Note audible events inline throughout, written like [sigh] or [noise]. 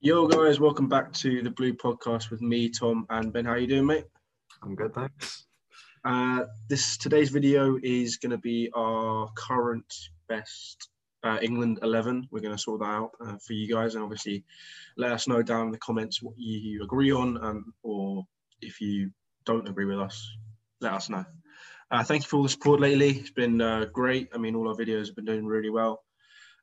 Yo guys, welcome back to the Blue Podcast with me, Tom and Ben. How you doing, mate? I'm good, thanks. Uh, this today's video is going to be our current best uh, England eleven. We're going to sort that out uh, for you guys, and obviously, let us know down in the comments what you, you agree on, um, or if you don't agree with us, let us know. Uh, thank you for all the support lately. It's been uh, great. I mean, all our videos have been doing really well.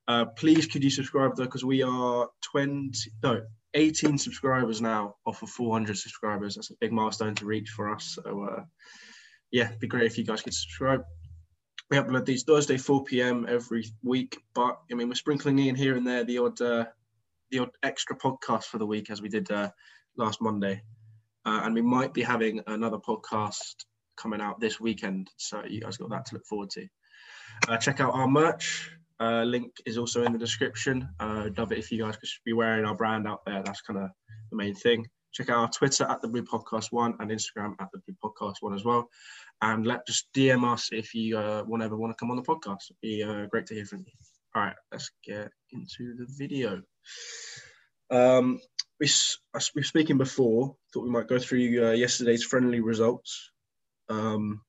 Uh, please, could you subscribe though? Because we are 20, no, 18 subscribers now off of 400 subscribers. That's a big milestone to reach for us. So, uh, yeah, it'd be great if you guys could subscribe. We upload these Thursday 4 p.m. every week, but I mean, we're sprinkling in here and there the odd, uh, the odd extra podcast for the week as we did uh, last Monday. Uh, and we might be having another podcast coming out this weekend. So, you guys got that to look forward to. Uh, check out our merch. Uh, link is also in the description. Uh, love it if you guys could be wearing our brand out there. That's kind of the main thing. Check out our Twitter at the Blue Podcast One and Instagram at the Blue Podcast One as well. And let just DM us if you uh, want ever want to come on the podcast. It'd be uh, great to hear from you. All right, let's get into the video. Um, we, s- I s- we were speaking before. Thought we might go through uh, yesterday's friendly results. Um,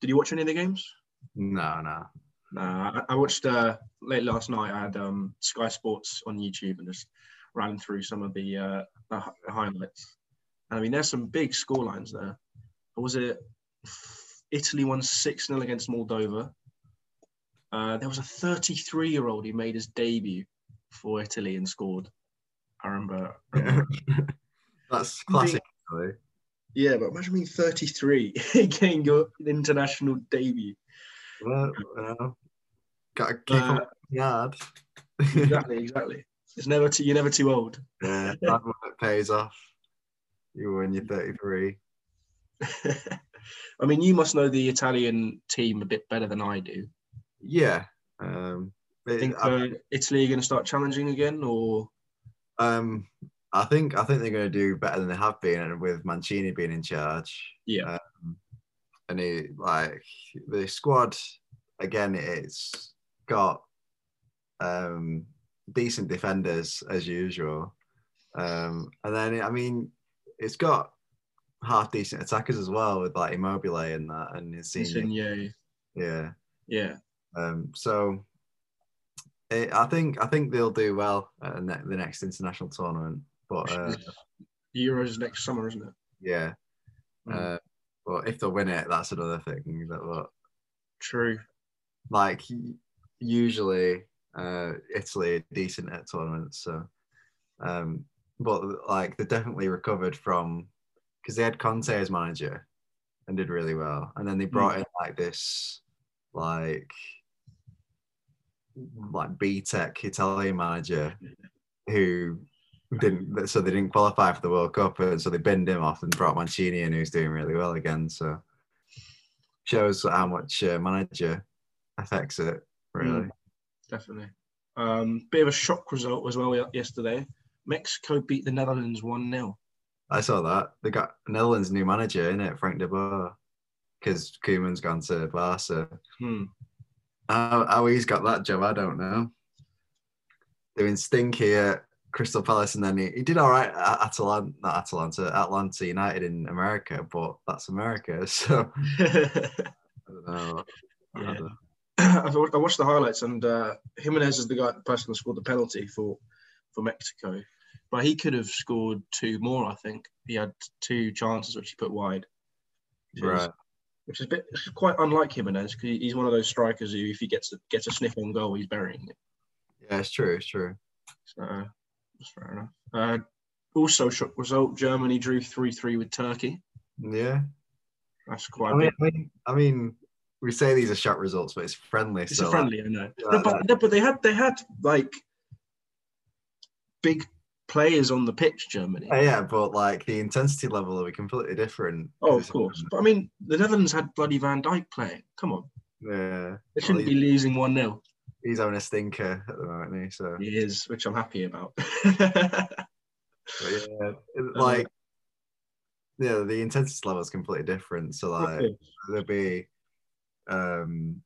did you watch any of the games? No, no. Nah, I, I watched uh, late last night. I had um, Sky Sports on YouTube and just ran through some of the, uh, the hi- the highlights. And I mean, there's some big scorelines there. What was it? Italy won 6 0 against Moldova. Uh, there was a 33 year old who made his debut for Italy and scored. I remember. I remember [laughs] That's classic. Italy. yeah, but imagine being 33 [laughs] getting your international debut. Well, you know, gotta keep Uh, on yard. Exactly, [laughs] exactly. It's never too, you're never too old. [laughs] yeah, hard work pays off. You win. You're 33. [laughs] I mean, you must know the Italian team a bit better than I do. Yeah. Um, I it- think I, uh, Italy are going to start challenging again, or um, I think I think they're going to do better than they have been, and with Mancini being in charge. um, yeah, and he like the squad again it's got um decent defenders as usual um and then i mean it's got half decent attackers as well with like immobile and that and Insigne. Insigne, yeah yeah, um so it, i think i think they'll do well at ne- the next international tournament but uh, Euros next summer, isn't it? yeah Mm, uh, but if they win it that's another thing but but True. like y- usually uh, Italy are decent at tournaments. So, um, but like they definitely recovered from because they had Conte as manager and did really well, and then they brought in like this like like B Tech Italian manager who didn't so they didn't qualify for the World Cup and so they binned him off and brought Mancini in who's doing really well again so shows how much uh, manager affects it really Definitely. Um, bit of a shock result as well y- yesterday. Mexico beat the Netherlands one 0 I saw that they got Netherlands new manager in it Frank de Boer because Koeman's gone to Barca Hmm. [laughs] how, how he's got that job I don't know doing stinky at Crystal Palace and then he, he did all right at Atalanta not Atalanta Atlanta United in America but that's America [laughs] so I don't know I Yeah. don't know. [clears throat] I wa- I watched the highlights, and uh, Jimenez is the guy, the person who scored the penalty for for Mexico. But he could have scored two more. I think he had two chances which he put wide, which is- Right. which is a bit it's quite unlike Jimenez because he's one of those strikers who, if he gets a, gets a sniff on goal, he's burying it. Yeah, it's true. It's true. So uh, that's fair enough. Uh, also, shock result: Germany drew three three with Turkey. Yeah. That's I quite. a mean, big. I mean, I mean, we say these are shot results, but it's friendly. It's so a friendly, I know. Yeah, No, but, no, but they had they had like big players on the pitch. Germany. Like, oh, yeah, but like the intensity level will be completely different. Oh, of course. But I mean, the Netherlands had bloody Van Dijk playing. Come on. Yeah. They shouldn't Well, be losing 1 0. He's having a stinker at the moment, isn't he? So, He is, which I'm happy about. but yeah, it- like, yeah, the intensity level is completely different. So, like, there'll be, um,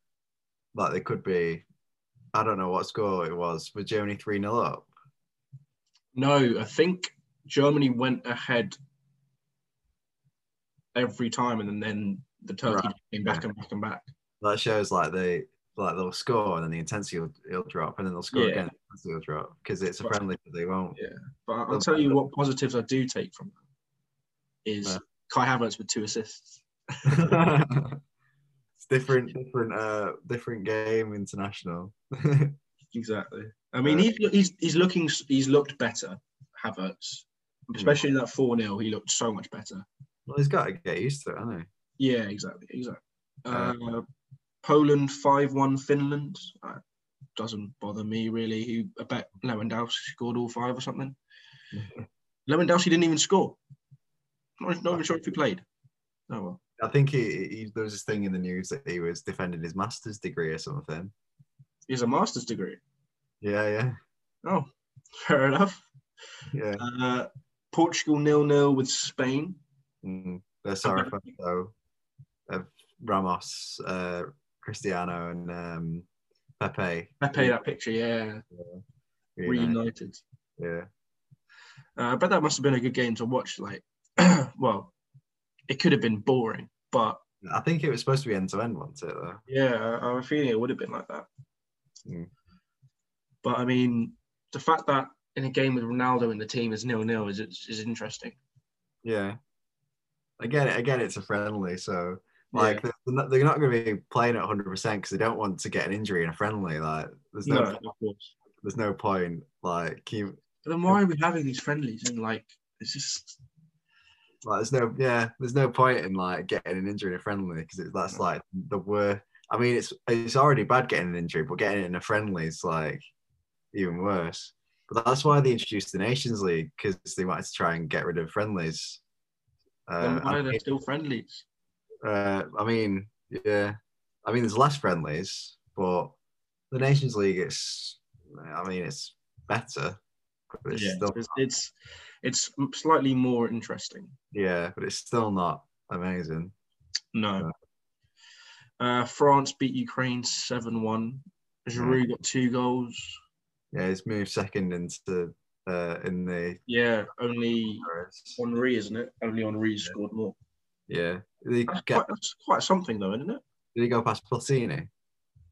like, there could be, I don't know what score it was, but Germany 3 0 up. [laughs] No, I think Germany went ahead every time, and then, then the Turkey Right. came back and back and back. That shows like they like they'll score and then the intensity will, will drop and then they'll score Yeah. again. The intensity will drop because it's a Right. friendly. But they won't. But I'll tell you what positives I do take from that is Yeah. Kai Havertz with two assists. [laughs] it's different, different, uh, different game international. Exactly. I mean, Uh, he's, he's he's looking he's looked better, Havertz, especially that four 0 He looked so much better. Well, he's got to get used to it, hasn't he? Yeah, exactly, exactly. Uh, Uh, Poland five one Finland. Uh, doesn't bother me really. Who I bet Lewandowski scored all five or [laughs] something. Lewandowski didn't even score. Not, not even sure if he played. Oh well. I think he, he there was this thing in the news that he was defending his master's degree or something. He has a master's degree. [laughs] Yeah, yeah, Oh, fair enough. yeah. Uh, Portugal nil nil with Spain. Mm. They're sorry for though. Uh, Ramos, uh, Cristiano, and um, Pepe. Pepe, that picture, yeah, Reunited. reunited. Yeah, Uh, but that must have been a good game to watch. Like, [clears throat] well, it could have been boring, but I think it was supposed to be end to end, wasn't it? Though. yeah, I I have a feeling it would have been like that. Mm. But I mean, the fact that in a game with Ronaldo in the team is nil nil is is interesting. Yeah. Again, again, it's a friendly, so Like they're not, they're not going to be playing at 100 percent because they don't want to get an injury in a friendly. Like there's no, no, of course. there's no point. Like keep, But then why are we having these friendlies? And like, it's just like there's no, yeah, there's no point in like getting an injury in a friendly because that's like the worst. I mean, it's it's already bad getting an injury, but getting it in a friendly is like even worse. But that's why they introduced the Nations League because they wanted to try and get rid of friendlies. then Uh, why are I they mean, still friendlies? uh, I mean, yeah, I mean, there's less friendlies, but the Nations League, it's, I mean, it's better. But it's yeah, still, it's, it's it's slightly more interesting. yeah, but it's still not amazing. No. Uh, France beat Ukraine seven one. Giroud got two goals. Yeah, he's moved second into uh, in the. Yeah, only Henri, isn't it? Only Henri scored more. Yeah, did he, That's get, quite, that's quite something, though, isn't it? did he go past Platini?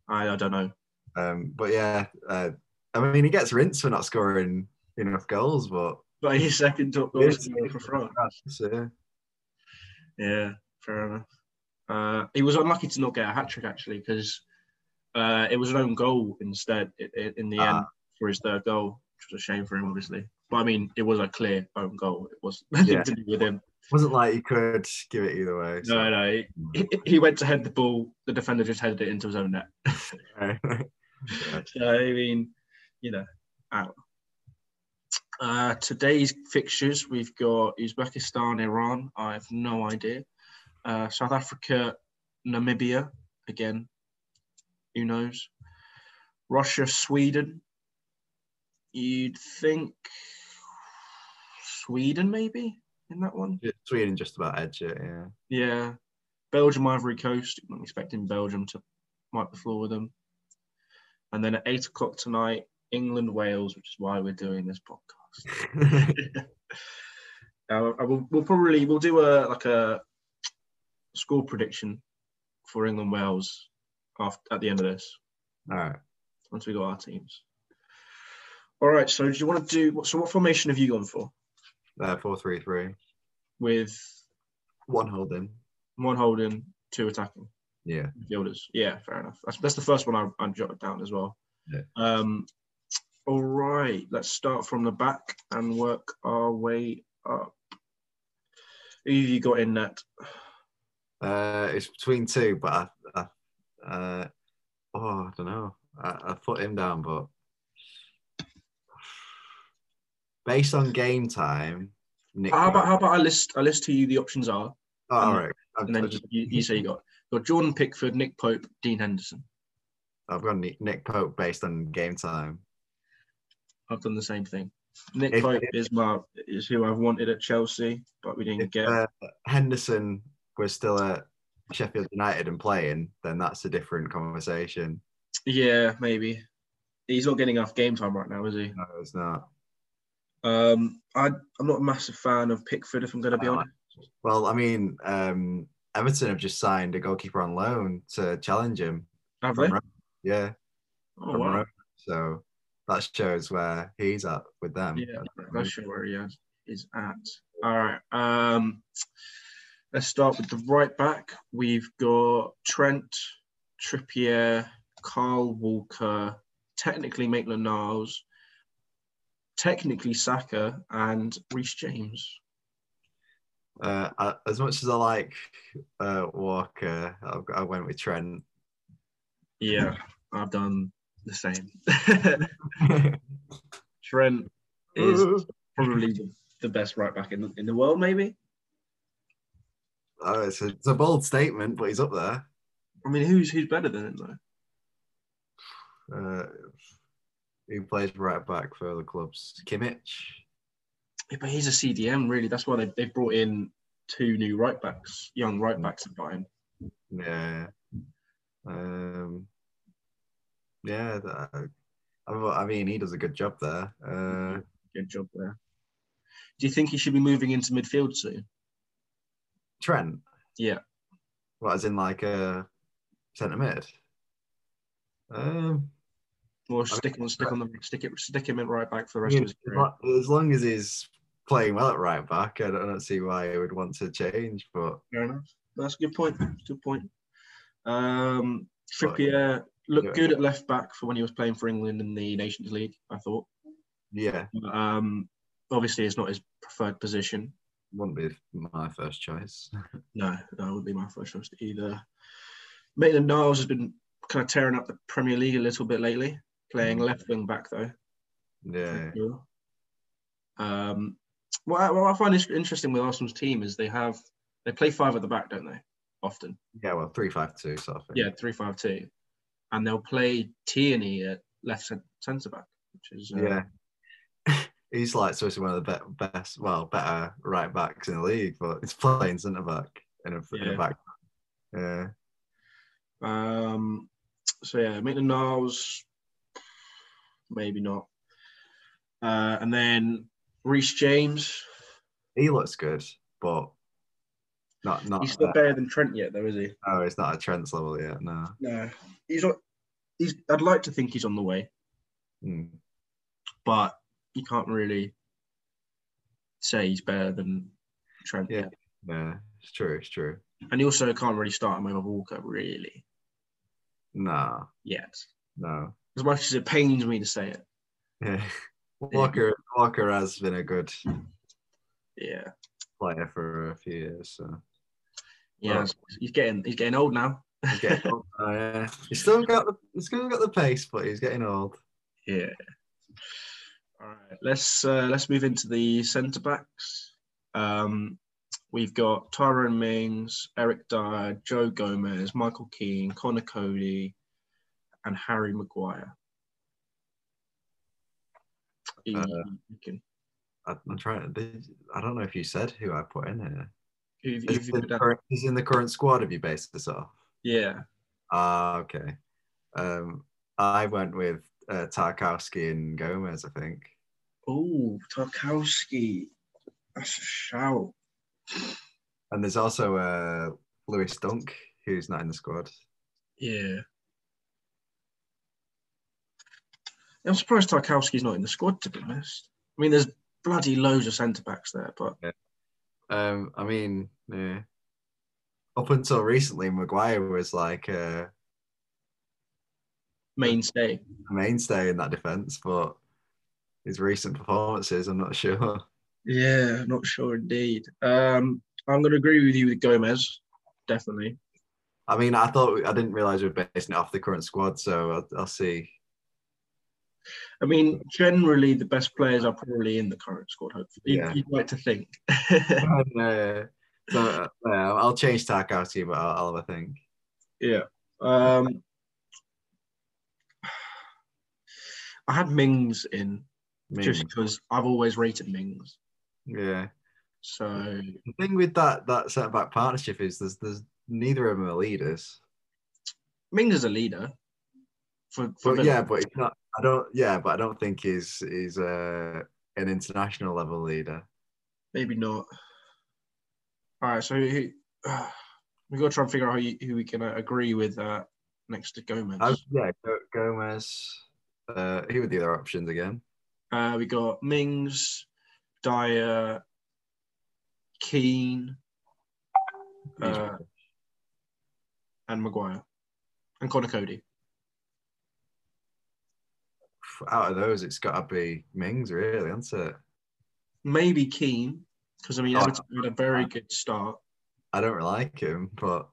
I, I don't know. Um, but yeah, uh, I mean, he gets rinsed for not scoring enough goals, but But his second top goal Yes. scorer for France. so, Yeah, fair enough. Uh, he was unlucky to not get a hat trick actually because uh, it was an own goal instead i- i- in the end Ah. for his third goal, which was a shame for him, obviously. But I mean, it was a clear own goal. It was [laughs] nothing Yeah. to do with him. wasn't like he could give it either way. so- No, no, he- he, he went to head the ball. The defender just headed it into his own net. [laughs] So I mean, you know, out. Uh, today's fixtures we've got Uzbekistan, Iran. I have no idea. Uh, South Africa, Namibia. Again, who knows? Russia, Sweden. You'd think Sweden maybe in that one. Yeah, Sweden just about edge it, yeah. Yeah. Belgium, Ivory Coast. I'm expecting Belgium to wipe the floor with them. And then at eight o'clock tonight, England, Wales, which is why we're doing this podcast. [laughs] Uh, I will, we'll probably we'll do a like a score prediction for England, Wales after, at the end of this All right. once we got our teams. All right. So do you want to do? what- So what formation have you gone for? Uh, four three three. With One holding. one holding, two attacking. Yeah. midfielders. Yeah, fair enough. That's, that's the first one I, I jotted down as well. Yeah. Um, all right, let's start from the back and work our way up. Who have you got in net? Uh, it's between two, but I, I uh, oh, I don't know. I, I put him down, but based on game time, Nick. How about how about I list I list who you the options are, Oh, all right. I've, and then I've, just, you, you say you got you got Jordan Pickford, Nick Pope, Dean Henderson. I've got Nick, Nick Pope based on game time. I've done the same thing. Nick If- Pope is my is who I've wanted at Chelsea, but we didn't If get. uh, Henderson was still at Sheffield United and playing, then that's a different conversation. yeah, maybe. He's not getting enough game time right now, is he? No, it's not. Um, I, I'm not a massive fan of Pickford, if I'm going to be Uh, honest. Well, I mean, um, Everton have just signed a goalkeeper on loan to challenge him. Have from they? Rome. Yeah, Oh, from wow. Rome. So that shows where he's at with them. Yeah, that's where he is- is at. All right. Um, let's start with the right back. We've got Trent, Trippier, Carl Walker, technically Maitland Niles, technically Saka, and Reece James. Uh, I, as much as I like uh, Walker, I, I went with Trent. [laughs] Yeah, I've done the same. [laughs] Trent is Ooh. probably the- the best right back in, in the world, maybe. Oh, it's, a, it's a bold statement, but he's up there. I mean, who's who's better than him though? Uh, who plays right back for the clubs? Kimmich. Yeah, but he's a CDM, really. That's why they they brought in two new right backs, young right backs at Bayern. Yeah. Um, yeah. That, I, I mean, he does a good job there. Uh, Good job there. Do you think he should be moving into midfield soon? Trent. Yeah. What, as in like a centre mid? Um, Or stick him stick on the stick it stick him in right back for the I rest mean, of his career? as long as he's playing well at right back, I don't, I don't see why he would want to change. But Fair enough. That's a good point. Good point. Um, Trippier looked good at left back for when he was playing for England in the Nations League. I thought. yeah, Um, obviously, it's not his preferred position. wouldn't be my first choice. [laughs] No, that wouldn't be my first choice either. Maitland Niles has been kind of tearing up the Premier League a little bit lately, playing Mhm. left wing back though. yeah. Um, what, I, what I find is interesting with Arsenal's team is they have they play five at the back, don't they? Often, Yeah, well, three five two sort of thing. yeah, three five two, and they'll play Tierney at left cen- centre back, which is uh, Yeah. Um, [laughs] He's like seriously one of the be- best, well, better right backs in the league, but he's playing centre back in a, in Yeah. a back. Yeah. Um, so yeah, Maitland Niles, maybe not. Uh, and then Reece James. He looks good, but not not. He's not uh, better than Trent yet, though, is he? no, it's not a Trent's level yet. No. No, he's not. He's. I'd like to think he's on the way, Mm. but you can't really say he's better than Trent. Yeah. yet. Yeah, it's true. It's true. and you also can't really start him over Walker really No, yet. no. [laughs] As much as it pains me to say it, Yeah. Walker Walker has been a good yeah, player for a few years. So. yeah, Well- he's getting he's getting old now. He's getting old. now, yeah. He's still got the he's still got the pace, but he's getting old. Yeah. All right. Let's uh, let's move into the centre backs. Um, we've got Tyrone Mings, Eric Dyer, Joe Gomez, Michael Keane, Connor Cody, and Harry Maguire. Uh, You can- I, I'm trying. To, I don't know if you said who I put in here. who have you- who Is have it you the put down? current- is it in the current squad? Have you based this off? Yeah. Ah, okay. Um, I went with uh, Tarkowski and Gomez. I think. Oh, Tarkowski. That's a shout. And there's also uh, Lewis Dunk, who's not in the squad. Yeah. I'm surprised Tarkowski's not in the squad, to be honest. I mean, there's bloody loads of centre backs there, but Um, I mean, yeah. Up until recently, Maguire was like uh, mainstay. a mainstay in that defense, but his recent performances, I'm not [laughs] sure. Yeah, not sure indeed. Um, I'm going to agree with you with Gomez, definitely. I mean, I thought I didn't realize we were basing it off the current squad, so I'll, I'll see. I mean, generally, the best players are probably in the current squad, hopefully. You'd- Yeah. You'd, like to think. Uh, so uh, yeah, I'll change Tarkowski, but I'll, I'll have a think. yeah. Um, I had Mings in Mings. just because I've always rated Mings. yeah. So The thing with that that centre back partnership is there's there's neither of them are leaders. Mings is a leader. For, for But Villa. yeah, but it's not. I don't. Yeah, but I don't think he's he's uh an international level leader? Maybe not. All right, so who, uh, [sighs] we got to try and figure out who, you- who we can uh, agree with uh, next to Gomez. I, yeah, Go- Gomez. Uh, who were the other options again? Uh, we got Mings, Dyer, Keane, uh, and Maguire, and Connor Cody. Out of those, it's got to be Mings, really, hasn't it? Maybe Keane, because I mean, Oh. Everton had a very good start. I don't like him, but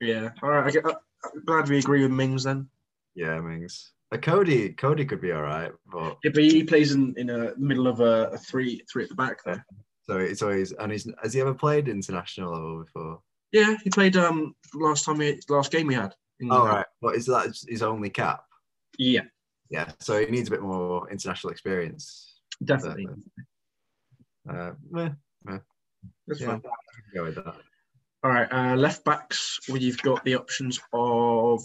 Yeah. All right. I get, uh, I'm glad we agree with Mings then. yeah, Mings. Uh, Cody, Cody could be all right, but Yeah, but he plays in in a the middle of a, a three three at the back there. so it's always and he's has he ever played international level before? Yeah, he played um last time we last game we had. in- All Oh, right, but is that his only cap? Yeah, Yeah, so he needs a bit more international experience. definitely. Uh, meh, That's yeah, fine. I can go with that. All right, uh, left backs. Where you've got the options of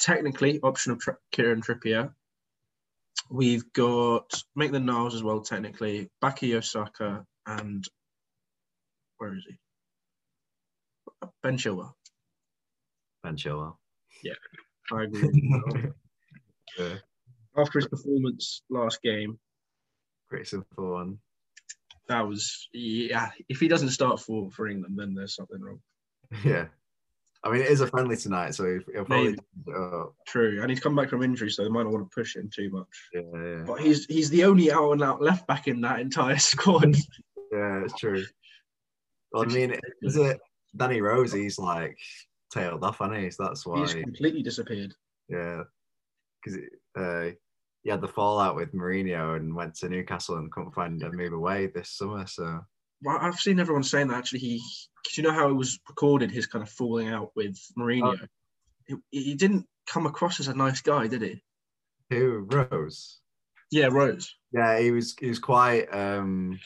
technically option of Tri- Kieran Trippier. We've got Maitland Niles as well, technically Baki Osaka and where is he? Ben Chilwell. Ben [laughs] Chilwell. I agree. with [laughs] you. Yeah, After his performance last game, great simple one. [laughs] that was yeah. If he doesn't start for for England, then there's something wrong. Yeah, I mean it is a friendly tonight, so he'll he'll probably. Maybe. change it up. True, and he's come back from injury, so they might not want to push him too much. Yeah, yeah, But he's he's the only out and out left back in that entire [laughs] squad. yeah, it's true. Well, I mean, is it Danny Rose? He's like tailed off, hasn't he? So that's why. He's completely disappeared. Yeah, because uh, he had the fallout with Mourinho and went to Newcastle and couldn't find a move away this summer. So Well, I've seen everyone saying that actually. He, cause you know how it was recorded, his kind of falling out with Mourinho. Oh. He, he didn't come across as a nice guy, did he? who Rose? Yeah, Rose. Yeah, he was he was quite um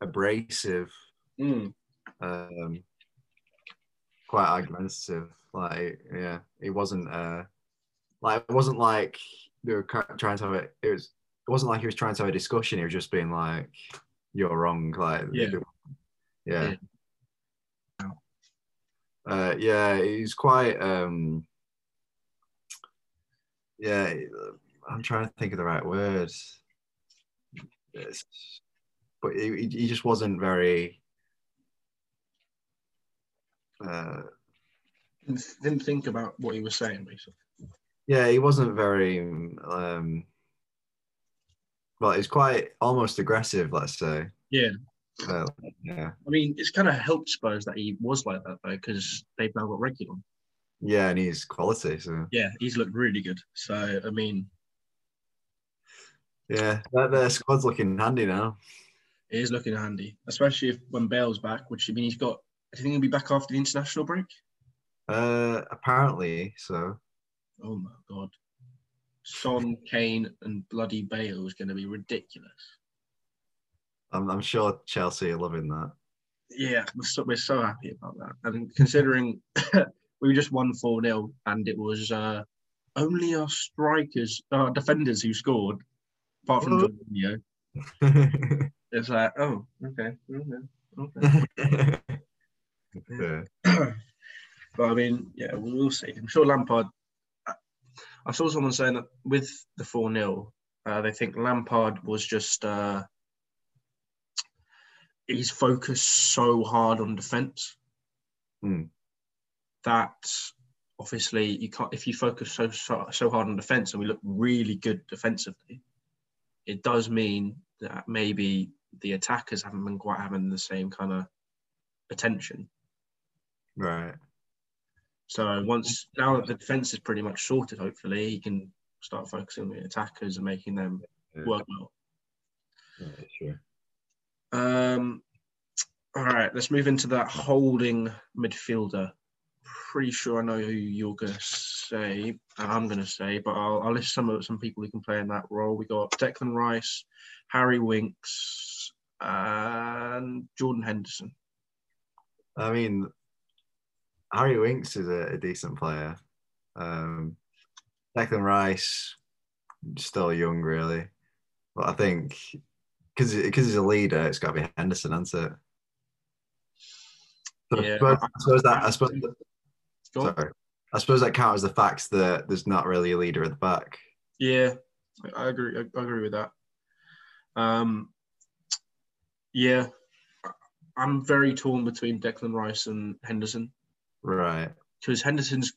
abrasive, Mm. um quite argumentative. Like yeah, it wasn't uh like it wasn't like they were ca- trying to have it. It was it wasn't like he was trying to have a discussion. He was just being like, "You're wrong." Like Yeah. yeah. Uh, yeah, he's quite. um Yeah, I'm trying to think of the right words. It's, but he, he just wasn't very. Uh, Didn't, didn't think about what he was saying, basically. yeah, he wasn't very. Um, well, he's quite almost aggressive, let's say. Yeah. Uh, yeah. I mean, it's kind of helped Spurs that he was like that, though, because they've now got Regulon. Yeah, and he's quality. So Yeah, he's looked really good. So, I mean, yeah, that their squad's looking handy now. it is looking handy, especially if when Bale's back, which I mean, he's got. Do you think he'll be back after the international break? Uh, apparently, so Oh my god. Son, Kane, and bloody Bale is going to be ridiculous. I'm, I'm sure Chelsea are loving that. Yeah, we're so, we're so happy about that. And considering [laughs] we just won 4 0 and it was uh, only our strikers, our defenders who scored, apart from Whoa. Jorginho, [laughs] it's like, oh, okay, okay, okay. [laughs] yeah. but I mean, yeah, we'll, we'll see. I'm sure Lampard. I- I saw someone saying that with the four 0 uh, they think Lampard was just uh, he's focused so hard on defence Hmm. that obviously you can't. If you focus so so, so hard on defence and we look really good defensively, it does mean that maybe the attackers haven't been quite having the same kind of attention. Right. So once now that the defense is pretty much sorted, hopefully he can start focusing on the attackers and making them Yeah. work well. Yeah, sure. Um, all right, let's move into that holding midfielder. Pretty sure I know who you're gonna say, and I'm gonna say, but I'll, I'll list some of some people who can play in that role. We got Declan Rice, Harry Winks, and Jordan Henderson. I mean, Harry Winks is a, a decent player. Um, Declan Rice still young, really. But I think because he's a leader, it's got to be Henderson, hasn't it? So I, Yeah. suppose, I suppose that I suppose that- Go on. sorry. I suppose that counts as the fact that there's not really a leader at the back. Yeah, I- I agree. I agree with that. Um, yeah, I- I'm very torn between Declan Rice and Henderson Right. because Henderson's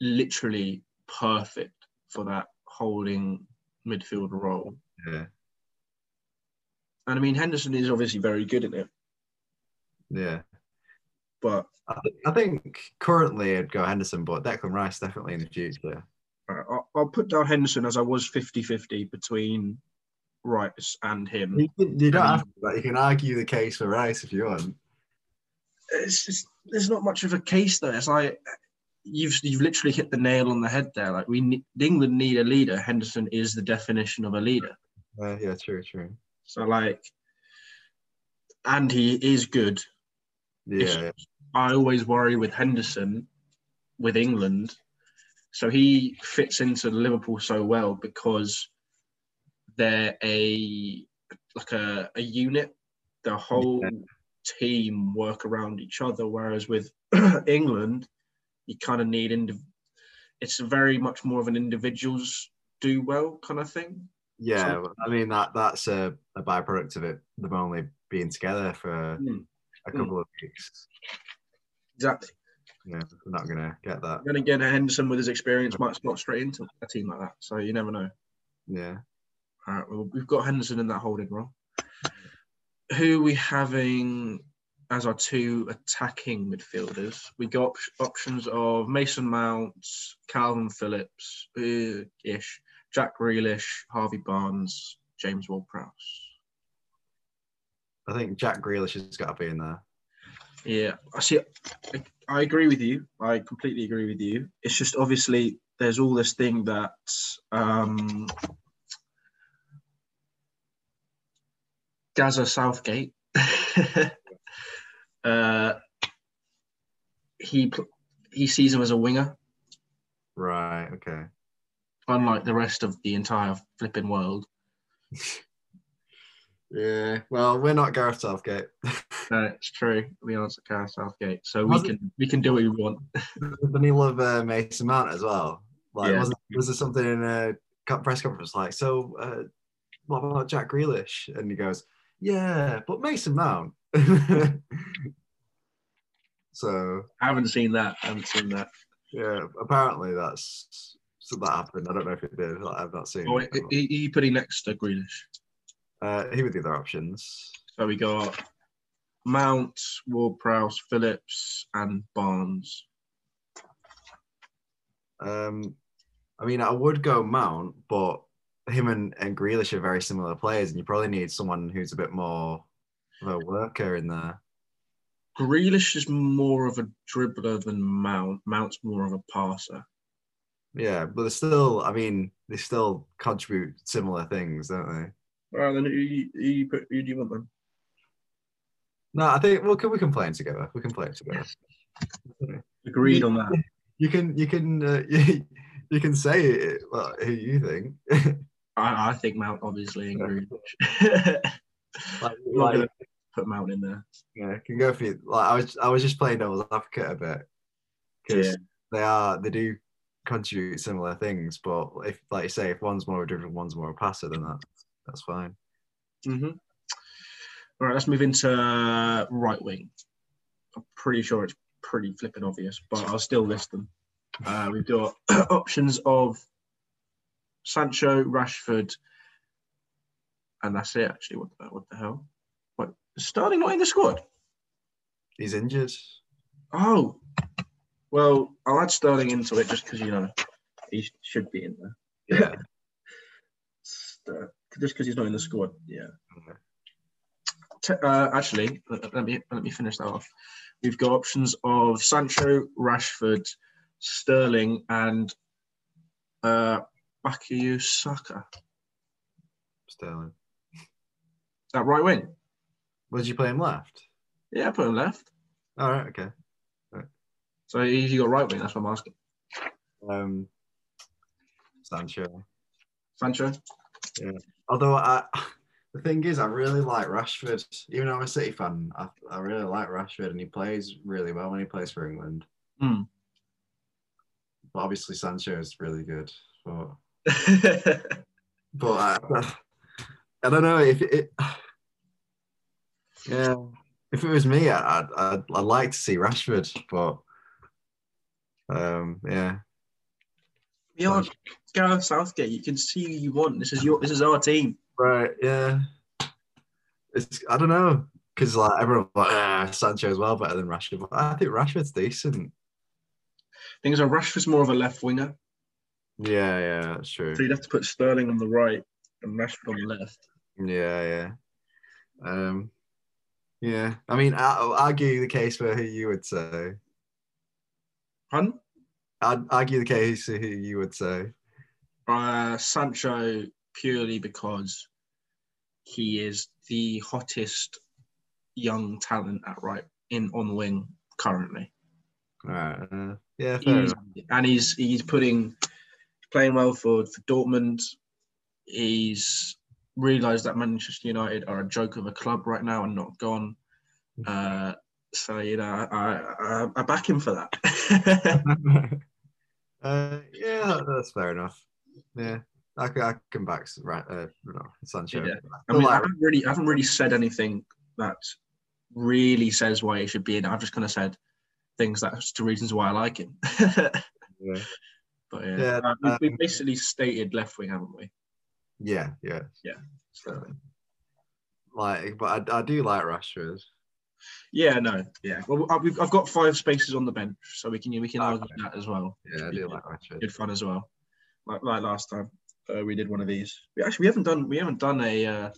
literally perfect for that holding midfield role. Yeah. And I mean, Henderson is obviously very good in it, Yeah. but I, th- I think currently I'd go Henderson, but Declan Rice definitely in the future. uh, I'll, I'll put down Henderson as I was 50 50 between Rice and him. You, can- you don't have to, but you can argue the case for Rice if you want. it's just there's not much of a case there. It's like you've you've literally hit the nail on the head there. Like we ne- England need a leader. Henderson is the definition of a leader. Uh, yeah, true, true. So like, and he is good. Yeah, I always worry with Henderson, with England. So he fits into Liverpool so well because they're a like a, a unit. The whole team work around each other. Whereas with [clears throat] England, you kind of need indiv- it's very much more of an individuals do well kind of thing. yeah. but I mean that that's a, a byproduct of it. Them only being together for Mm. a Mm. couple of weeks. Exactly. You know, we're not gonna get that. Then again, Henderson with his experience might slot straight into a team like that. So you never know. Yeah. All right, well, we've got Henderson in that holding role. Who are we having as our two attacking midfielders? We got op- options of Mason Mount, Calvin Phillips, uh, ish, Jack Grealish, Harvey Barnes, James Ward-Prowse. I think Jack Grealish has got to be in there. Yeah, I see. I, I agree with you. I completely agree with you. It's just obviously there's all this thing that um, Gaza Southgate. [laughs] uh, he pl- he sees him as a winger, Right. Okay. unlike the rest of the entire flipping world. Yeah. Well, we're not Gareth Southgate. [laughs] No, it's true. We answer Gaza Southgate, so Was we it- can we can do what we want. [laughs] Didn't he love uh, Mason Mount as well? Like, Yeah. wasn't, was there something in a co- press conference like, so uh, what about Jack Grealish? And he goes, yeah, but Mason Mount. [laughs] so I haven't seen that. I haven't seen that. yeah, apparently that's so that happened. I don't know if it did. like, I've not seen. Oh, it. he, he he put him next to Grealish. Uh, he with the other options. So we got Mount, Ward Prowse, Phillips, and Barnes. Um, I mean, I would go Mount, but him and, and Grealish are very similar players, and you probably need someone who's a bit more of a worker in there. Grealish is more of a dribbler than Mount. Mount's more of a passer. Yeah, but they're still, I mean, they still contribute similar things, don't they? Well, then who, you- who, you put- who do you want then? No, I think well, can we can play them together? We can play them together. Agreed on that. You can, you can, uh, [laughs] you, you can say it, well, who you think. I, I think Mount, obviously, and Grealish. like, Not like, gonna put Mount in there. yeah, can go for you. Like, I was, I was just playing devil's advocate a bit because Yeah. they are, they do contribute similar things. But if, like you say, if one's more of a driven, one's more of a passer, then that, that's fine. hmm All right, let's move into uh, right wing. I'm pretty sure it's pretty flipping obvious, but I'll still list them. Uh, we've got [clears throat] options of Sancho, Rashford, and that's it. Actually, what the, what the hell? What is Sterling not in the squad? He's injured. Oh, well, I'll add Sterling into it just because you know he sh- should be in there. Yeah. Ster- uh, Just because he's not in the squad, yeah. Okay. T- uh, actually, let let me let me finish that off. We've got options of Sancho, Rashford, Sterling, and uh, Bakayu Saka. Sterling. That right wing. Where did you play him left? Yeah, I put him left. All right. Okay. So he- he got right wing. That's what I'm asking. Um, Sancho. Sancho. [laughs] Although I, [laughs] the thing is, I really like Rashford. Even though I'm a City fan, I, I really like Rashford, and he plays really well when he plays for England. Hmm. But obviously, Sancho is really good. But but I, [sighs] I don't know if it. [sighs] Yeah, if it was me, I- I'd I'd, I'd like to see Rashford, but um, yeah, You're Gareth Southgate. You can see who you want. This is your. This is our team. right, yeah. It's I don't know because like everyone's like ah, Sancho is well better than Rashford, but I think Rashford's decent. Things are Rashford's more of a left winger, Yeah, yeah, that's true. so you'd have to put Sterling on the right and Rashford on the left. Yeah, yeah, um, yeah. I mean, I, I'll argue the case for who you would say. Hun, I'd argue the case for who you would say. uh, Sancho purely because he is the hottest young talent at right in on the wing currently. All right, uh, yeah, fair He's- enough. and he's he's putting playing well for, for Dortmund. He's realised that Manchester United are a joke of a club right now and not gone. Mm. Uh, so you know, I, I I back him for that. [laughs] [laughs] uh, yeah, that- that's fair enough. Yeah, I, c- I can back S- Ra- uh, no, Sancho. Yeah. I I mean, I like, haven't really I haven't really said anything that really says why he should be in. I've just kind of said things that's the reasons why I like him. [laughs] but yeah, yeah, Yeah, uh, we- we um, basically stated left wing, haven't we? yeah, yeah. So Like, but I, I do like Rashford. yeah, no, yeah. Well, I- we've, I've got five spaces on the bench, so we can we can argue Ah, Okay. that as well. Yeah, I Should be do good. like Rashford. good fun as well. Like, like last time, uh, we did one of these. We actually we haven't done we haven't done a uh,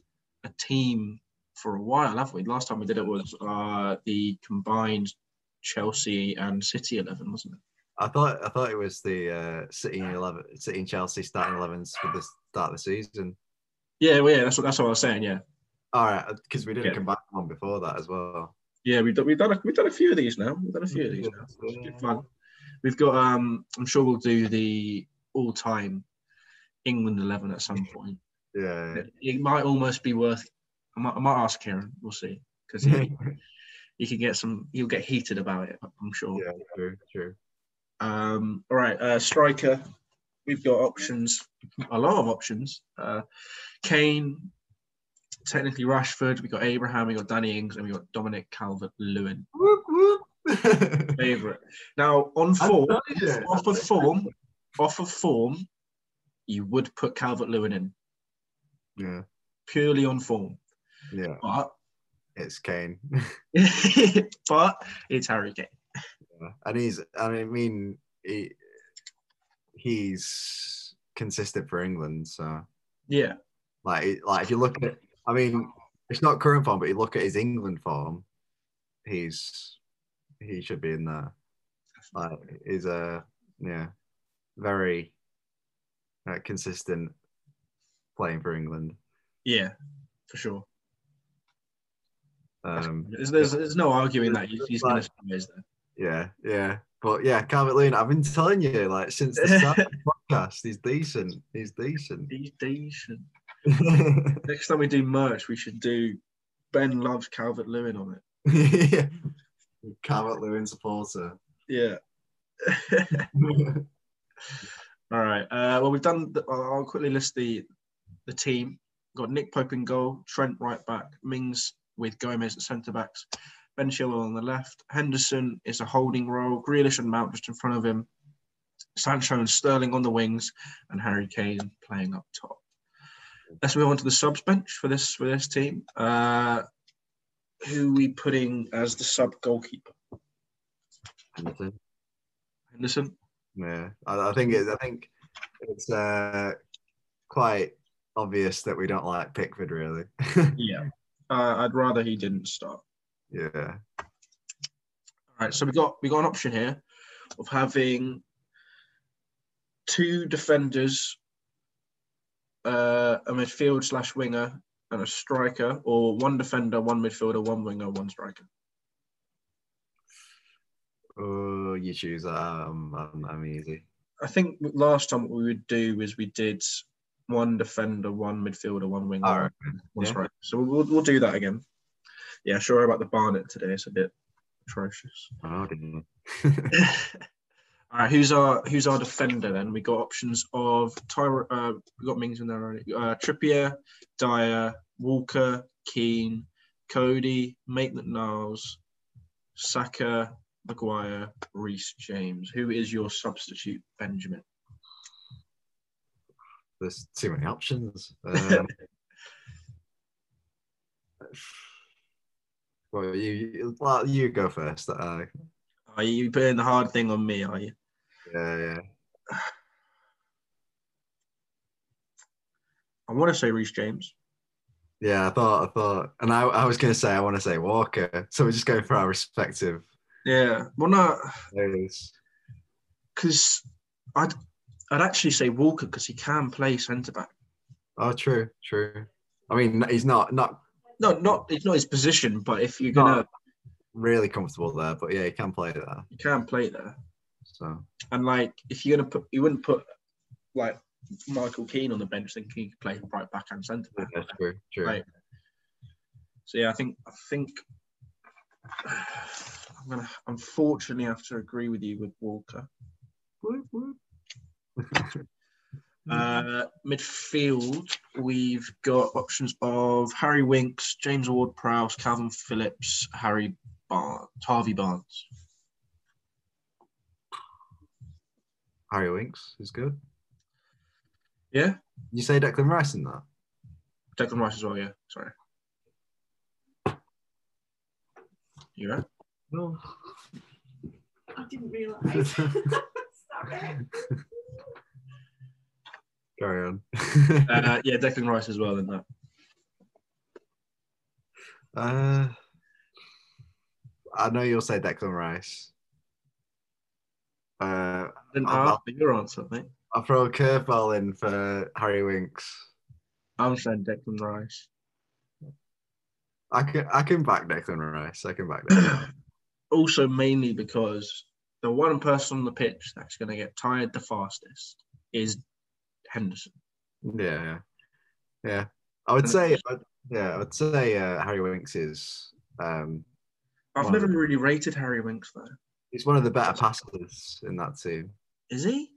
a team for a while, have we? Last time we did it was uh, the combined Chelsea and City eleven, wasn't it? I thought I thought it was the uh, City and eleven, City and Chelsea starting elevens for the start of the season. Yeah, well, yeah, that's what that's what I was saying. Yeah, All right, because we did Yeah. a combined one before that as well. yeah, we've done we've done a, we've done a few of these now. We've done a few of these now. It's good fun. We've got um, I'm sure we'll do the all time England eleven at some point. Yeah, It, it might almost be worth. I might, I might ask Kieran. We'll see because he, [laughs] you can get some you'll get heated about it i'm sure [laughs] yeah, true, true. um all right uh striker we've got options a lot of options uh kane technically rashford we got abraham we got danny ings and we got dominic calvert lewin Whoop, whoop. [laughs] favorite now on I form told you. off of form off of form you would put calvert lewin in Yeah, purely on form yeah, but [laughs] it's Kane. but it's harry kane and he's and I mean he he's consistent for England. So yeah like he- like if you look at I mean it's not current form, but you look at his England form, he's he should be in there. Like he's a yeah very uh, consistent playing for England. yeah for sure Um, There's, there's, there's no arguing that he's, he's going Like- to surprise that. yeah, yeah. But yeah, Calvert Lewin, I've been telling you like since the start of the podcast, he's decent. He's decent. He's decent. [laughs] Next time we do merch, we should do Ben loves Calvert Lewin on it. yeah. Calvert Lewin supporter. [laughs] Yeah. All right. Uh, well, we've done. The, I'll I'll quickly list the the team. got Nick Pope in goal, Trent right back, Mings with Gomez at centre backs, Ben Chilwell on the left, Henderson is a holding role, Grealish and Mount just in front of him, Sancho and Sterling on the wings, and Harry Kane playing up top. Let's move on to the subs bench for this for this team. Uh, who we putting as the sub goalkeeper? Henderson. yeah, I, I think it, I think it's uh, quite obvious that we don't like Pickford really. [laughs] Yeah. Uh, I'd rather he didn't start. yeah, All right, so we got we got an option here of having two defenders, uh, a midfield slash winger, and a striker, or one defender, one midfielder, one winger, one striker. oh, you choose. Um, I'm, I'm easy. I think last time what we would do is we did one defender, one midfielder, one winger. All right. one yeah. striker. So we'll, we'll do that again. Yeah, sure about the Barnet today. It's a bit atrocious. Oh, dear. All right, who's our who's our defender then? We got options of Tyra. Uh, we got Mings in there already. Uh, Trippier, Dyer, Walker, Keane, Cody, Maitland Niles, Saka, Maguire, Reese James. Who is your substitute, Benjamin? There's too many options. Um, [sighs] well, you, you well, you go first. Uh, Are you putting the hard thing on me? Are you? yeah, yeah. I want to say Reese James. Yeah, I thought, I thought, and I, I was going to say, I want to say Walker. So we're just going for our respective Yeah. Well, no, areas. because I'd I'd actually say Walker because he can play centre back. Oh, true, true. I mean, he's not not No, not it's not his position, but if you're No. gonna really comfortable there, but yeah, he can play there. you can play there. So And like, if you're gonna put, you wouldn't put like Michael Keane on the bench thinking he could play right back and centre back. yeah, true, true. Right. So yeah, I think I think [sighs] I'm gonna unfortunately have to agree with you with Walker. Whoop, whoop. [laughs] Uh, midfield, we've got options of Harry Winks, James Ward Prowse, Calvin Phillips, Harry Barnes, Harvey Barnes. Harry Winks is good. Yeah, You say Declan Rice in that? Declan Rice as well. Yeah, sorry. You right? No. I [laughs] didn't realise. Sorry. Carry on. [laughs] Uh, yeah, Declan Rice as well in that. uh, I know you'll say Declan Rice. Uh, Didn't I'll- ask for your answer, mate. I'll throw a curveball in for Harry Winks. I'm saying Declan Rice. I can I can back Declan Rice. I can back Declan. Rice. Also, mainly because the one person on the pitch that's going to get tired the fastest is Henderson. yeah, yeah, yeah. I would And say, I'd- yeah, I would say uh, Harry Winks is um, I've Wow. never really rated Harry Winks though. he's one of the better passers in that team. Is he?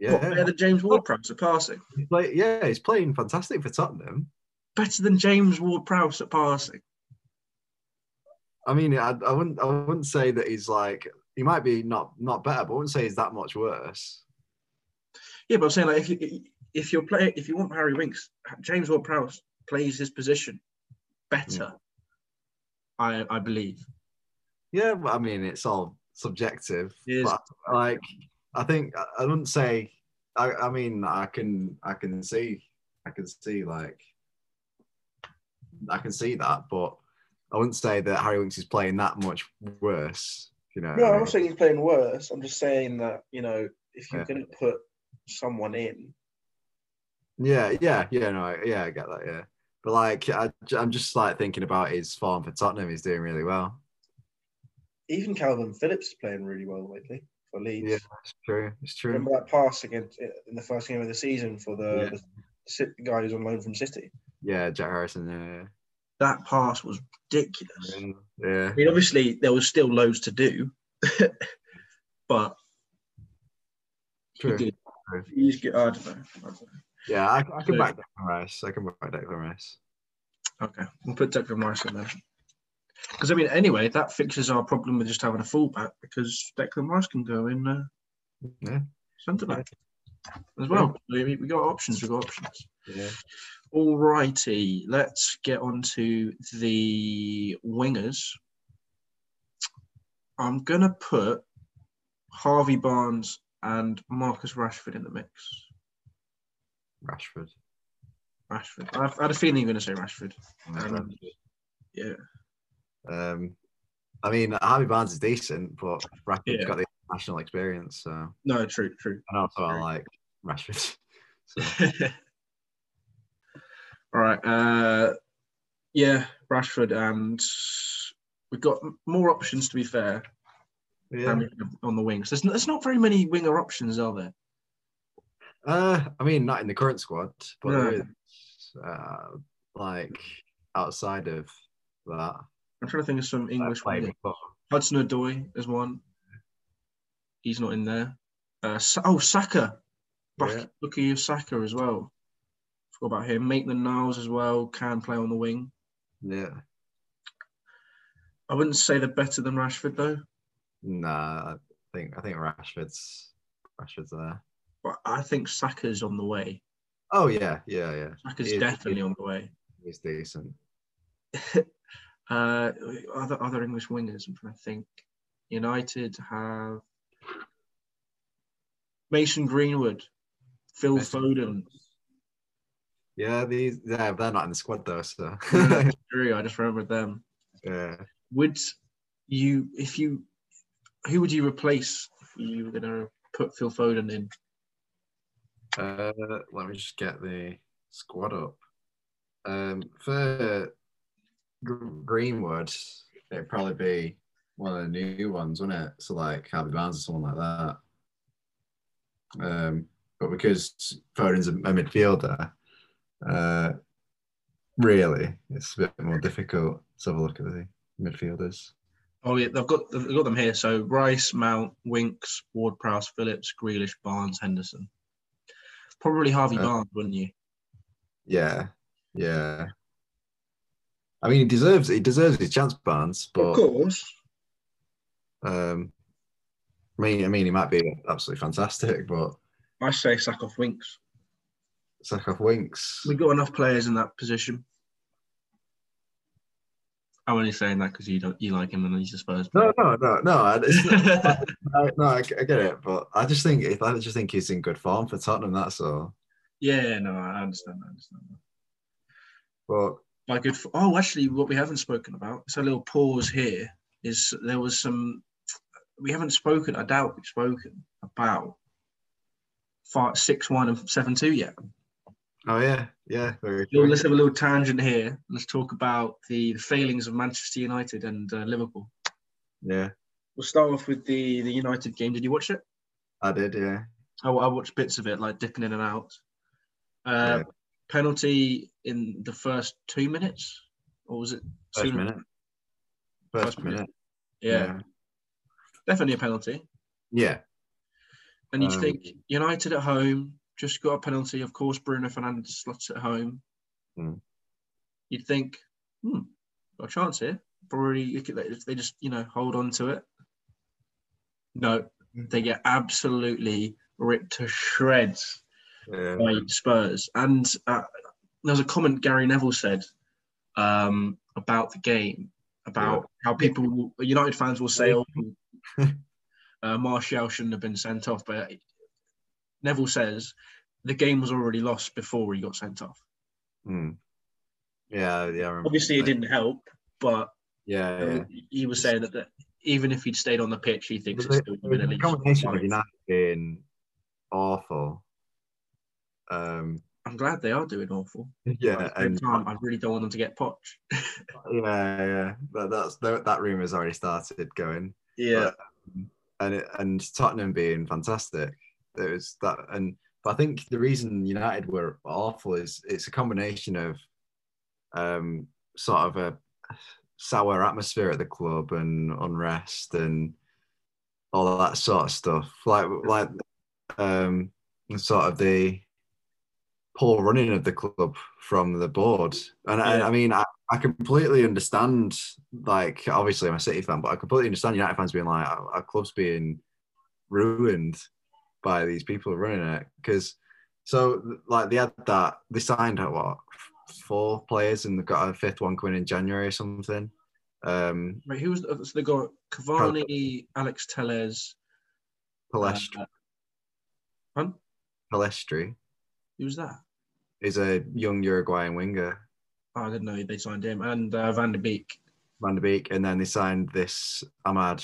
What, Yeah, better than James Ward-Prowse at passing. he's play, yeah, he's playing fantastic for Tottenham. Better than James Ward-Prowse at passing. I mean, I, I wouldn't I wouldn't say that he's like he might be not not better, but I wouldn't say he's that much worse. Yeah, but I'm saying like if you if you're play if you want Harry Winks, James Ward-Prowse plays his position better. I I believe. Yeah, but I mean, it's all subjective. It is. But like, I think I- I wouldn't say. I, I mean, I can, I can see, I can see, like, I can see that, but I wouldn't say that Harry Winks is playing that much worse. You know, what No, I I'm mean? not saying he's playing worse. I'm just saying that you know if you're Yeah. going to put someone in, yeah, yeah, yeah, no, I- yeah, I get that, yeah. But like, I, I'm just like thinking about his form for Tottenham. He's doing really well. even Calvin Phillips is playing really well lately for Leeds. Yeah, it's true. It's true. Remember that pass against uh, in the first game of the season for the, Yeah. the Cit- guy who's on loan from City. Yeah, Jack Harrison. That pass was ridiculous. Yeah, yeah. I mean, obviously there was still loads to do, [laughs] but True. he did. True. He's good. I don't know. I don't know. Yeah, I, I So- can back Declan Rice. I can back Declan Rice. Okay, we'll put Declan Rice in there. Because I mean, anyway, that fixes our problem with just having a fullback because Declan Rice can go in uh, Yeah. centre back as well. We, we- we got options. We got options. Yeah. All righty, let's get on to the wingers. I'm gonna put Harvey Barnes and Marcus Rashford in the mix. Rashford. Rashford. I've, I had a feeling you're gonna say Rashford. Um, yeah. Um, I mean, Harvey Barnes is decent, but Rashford's Yeah. got the international experience, so and No, true, true. [laughs] also I True. like Rashford. [laughs] So All right. Uh, yeah, Rashford, and we've got m- more options to be fair than yeah. we have on the wings. There's not, there's not very many winger options, are there? Uh, I mean, not in the current squad, but No. there is, uh, like outside of that. I'm trying to think of some English. I played ones. before. Hudson Odoi is one. He's not in there. Uh, Sa- oh, Saka. Back, Yeah. Lucky Saka as well. Forgot about him. Maitland Niles as well. Can play on the wing. Yeah. I wouldn't say they're better than Rashford though, Nah, I think I think Rashford's Rashford's there. but I think Saka's on the way. Oh yeah, yeah, yeah. Saka's He- definitely on the way. He's decent. Uh, other other English wingers. I'm trying to think. United have Mason Greenwood, Phil Mason Foden. Yeah, these yeah, they're not in the squad though, so Yeah, Drew, I just remembered them. [laughs] yeah. Would you, if you, who would you replace if you were going to put Phil Foden in? Uh, let me just get the squad up. Um, for Gr- Greenwood, it'd probably be one of the new ones, wouldn't it? So like Harvey Barnes or someone like that. Um, but because Foden's a, a midfielder, uh, really, it's a bit more difficult. Let's have a look at the midfielders. Oh yeah, they've got they've got them here. So Rice, Mount, Winks, Ward, Prowse, Phillips, Grealish, Barnes, Henderson. Probably Harvey Uh, Barnes, wouldn't you? Yeah, yeah. I mean, he deserves he deserves his chance, Barnes, but. course. Um, I mean, I mean, he might be absolutely fantastic, but I say sack off Winks. sack off Winks. We've got enough players in that position. I'm only saying that because you don't you like him and he's a [laughs] Spurs. player. No, no, no, no. I- [laughs] [laughs] It's not, I, no, I, I get it, but I just think I just think he's in good form for Tottenham. That's all. yeah, no, I understand. I understand. That. But by good. For, oh, actually, what we haven't spoken about. It's a little pause here. Is there was some we haven't spoken. I doubt we've spoken about five, six, one, and seven, two yet. oh yeah, yeah, very Well, true. Let's have a little tangent here. Let's talk about the failings of Manchester United and uh, Liverpool. Yeah, We'll start off with the the United game. Did you watch it? I did. Yeah, I, I watched bits of it, like dipping in and out. Uh, Yeah. Penalty in the first two minutes, or was it first sooner? minute, first, First minute. minute. yeah, definitely a penalty. yeah, And you'd Um, think United at home just got a penalty. Of course, Bruno Fernandes slots it home. Hmm. You'd think, hmm, got a chance here. Probably you could- if they just you know hold on to it. No, Hmm. they get absolutely ripped to shreds yeah. by Spurs. And uh, there was a comment Gary Neville said um, about the game, about how people, will, United fans will say, oh, uh, Martial shouldn't have been sent off. But Neville says the game was already lost before he got sent off. Hmm. yeah, yeah. I remember Obviously, it that. didn't help, but Yeah, yeah. he was saying that, that even if he'd stayed on the pitch, he thinks But it's the- still been at the least. combination of United being awful. Um, I'm glad they are doing awful. But yeah, at the same and time, I really don't want them to get poached. yeah, yeah. That, that's that, that rumour's already started going, Yeah. and it, and Tottenham being fantastic. It was that, and but I think the reason United were awful is it's a combination of um, sort of a sour atmosphere at the club and unrest and all of that sort of stuff. Like like um, sort of the poor running of the club from the board. And I, Yeah. I mean, I, I completely understand. Like obviously, I'm a City fan, but I completely understand United fans being like, "Oh, our, our club's being ruined by these people running it because. So, like, they had that. They signed at what four players, and they've got a fifth one coming in January or something. Um, Wait, who was the, so they got Cavani, Alex Tellez, Palestri, uh, huh? Palestri Who's that? is a young Uruguayan winger, Oh, I didn't know they signed him. And uh, Van der Beek. Van de Beek, and then they signed this Ahmad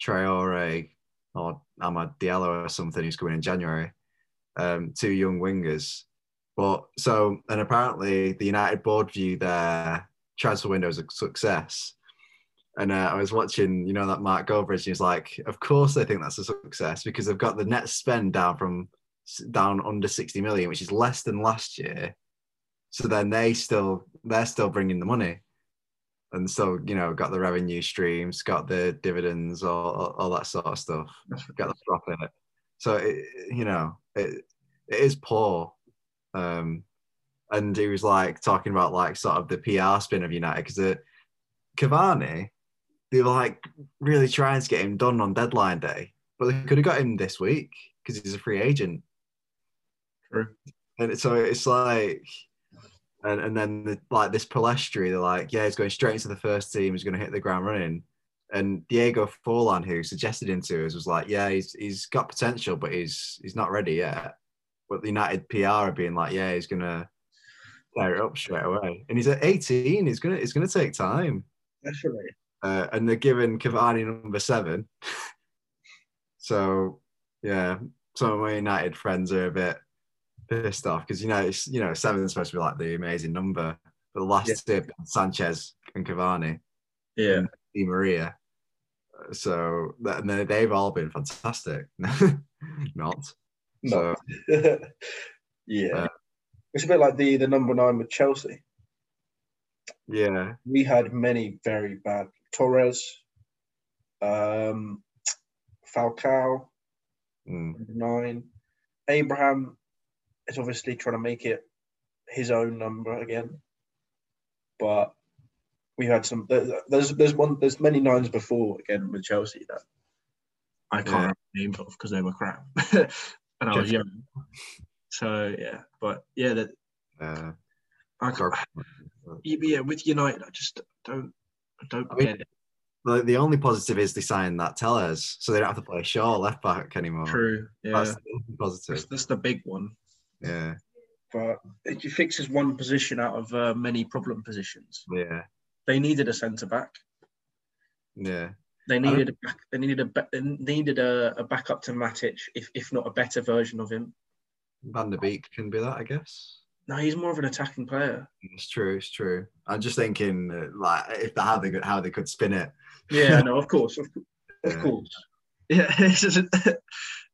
Traore or Ahmad Diallo or something who's coming in January. Um, two young wingers, but so and apparently the United board view their transfer window as a success. And uh, I was watching, you know, that Mark Goldbridge, and he's like, "Of course they think that's a success because they've got the net spend down from s- down under 60 million, which is less than last year. So then they still they're still bringing the money, and so you know got the revenue streams, got the dividends, all, all, all that sort of stuff, got the profit. So it, you know it it is poor. Um, and he was like talking about like sort of the PR spin of United because Cavani, they were like really trying to get him done on deadline day, but they could have got him this week because he's a free agent. True. And it- so it's like, and, and then the, like this Palestri, they're like, yeah, he's going straight into the first team, he's going to hit the ground running. And Diego Forlan, who suggested him to us, was like, yeah, he's, he's got potential, but he's he's not ready yet. But the United PR are being like, yeah, he's going to tear it up straight away. And he's at 18, it's going to, it's going to take time Definitely. uh, and they're giving Cavani number seven. [laughs] so yeah, some of my United friends are a bit pissed off because you know it's you know seven's supposed to be like the amazing number, but the last Yeah. two have been Sanchez and Cavani, Yeah. Di Maria. Uh, So that- and they- they've all been fantastic. [laughs] Not so [laughs] yeah. Uh, it's a bit like the the number nine with Chelsea. yeah, We had many very bad Torres, um, Falcao, mm, number nine. Abraham is obviously trying to make it his own number again, but we had some. there- There's there's one there's many nines before again with Chelsea that I can't Yeah. remember the names of because they were crap, [laughs] and I was Yeah. young. So yeah, but yeah, that uh, I can't. [sighs] Yeah, but yeah, with United, I just don't I don't I mean- get it. the, the only positive is they signed that Tellers, so they don't have to play Shaw left back anymore. True, yeah, That's the only that's, positive. that's the big one. Yeah. But it fixes one position out of uh, many problem positions. Yeah, They needed a centre back. yeah, They don't- needed a back. They needed a ba- they needed a, a backup to Matic, if if not a better version of him. Van der Beek can be that, I guess. No, he's more of an attacking player. It's true, it's true. I'm just thinking, uh, like, if they, how they could how they could spin it. Yeah, no, of course, of, cou- of Yeah. course. Yeah, [laughs] it's just,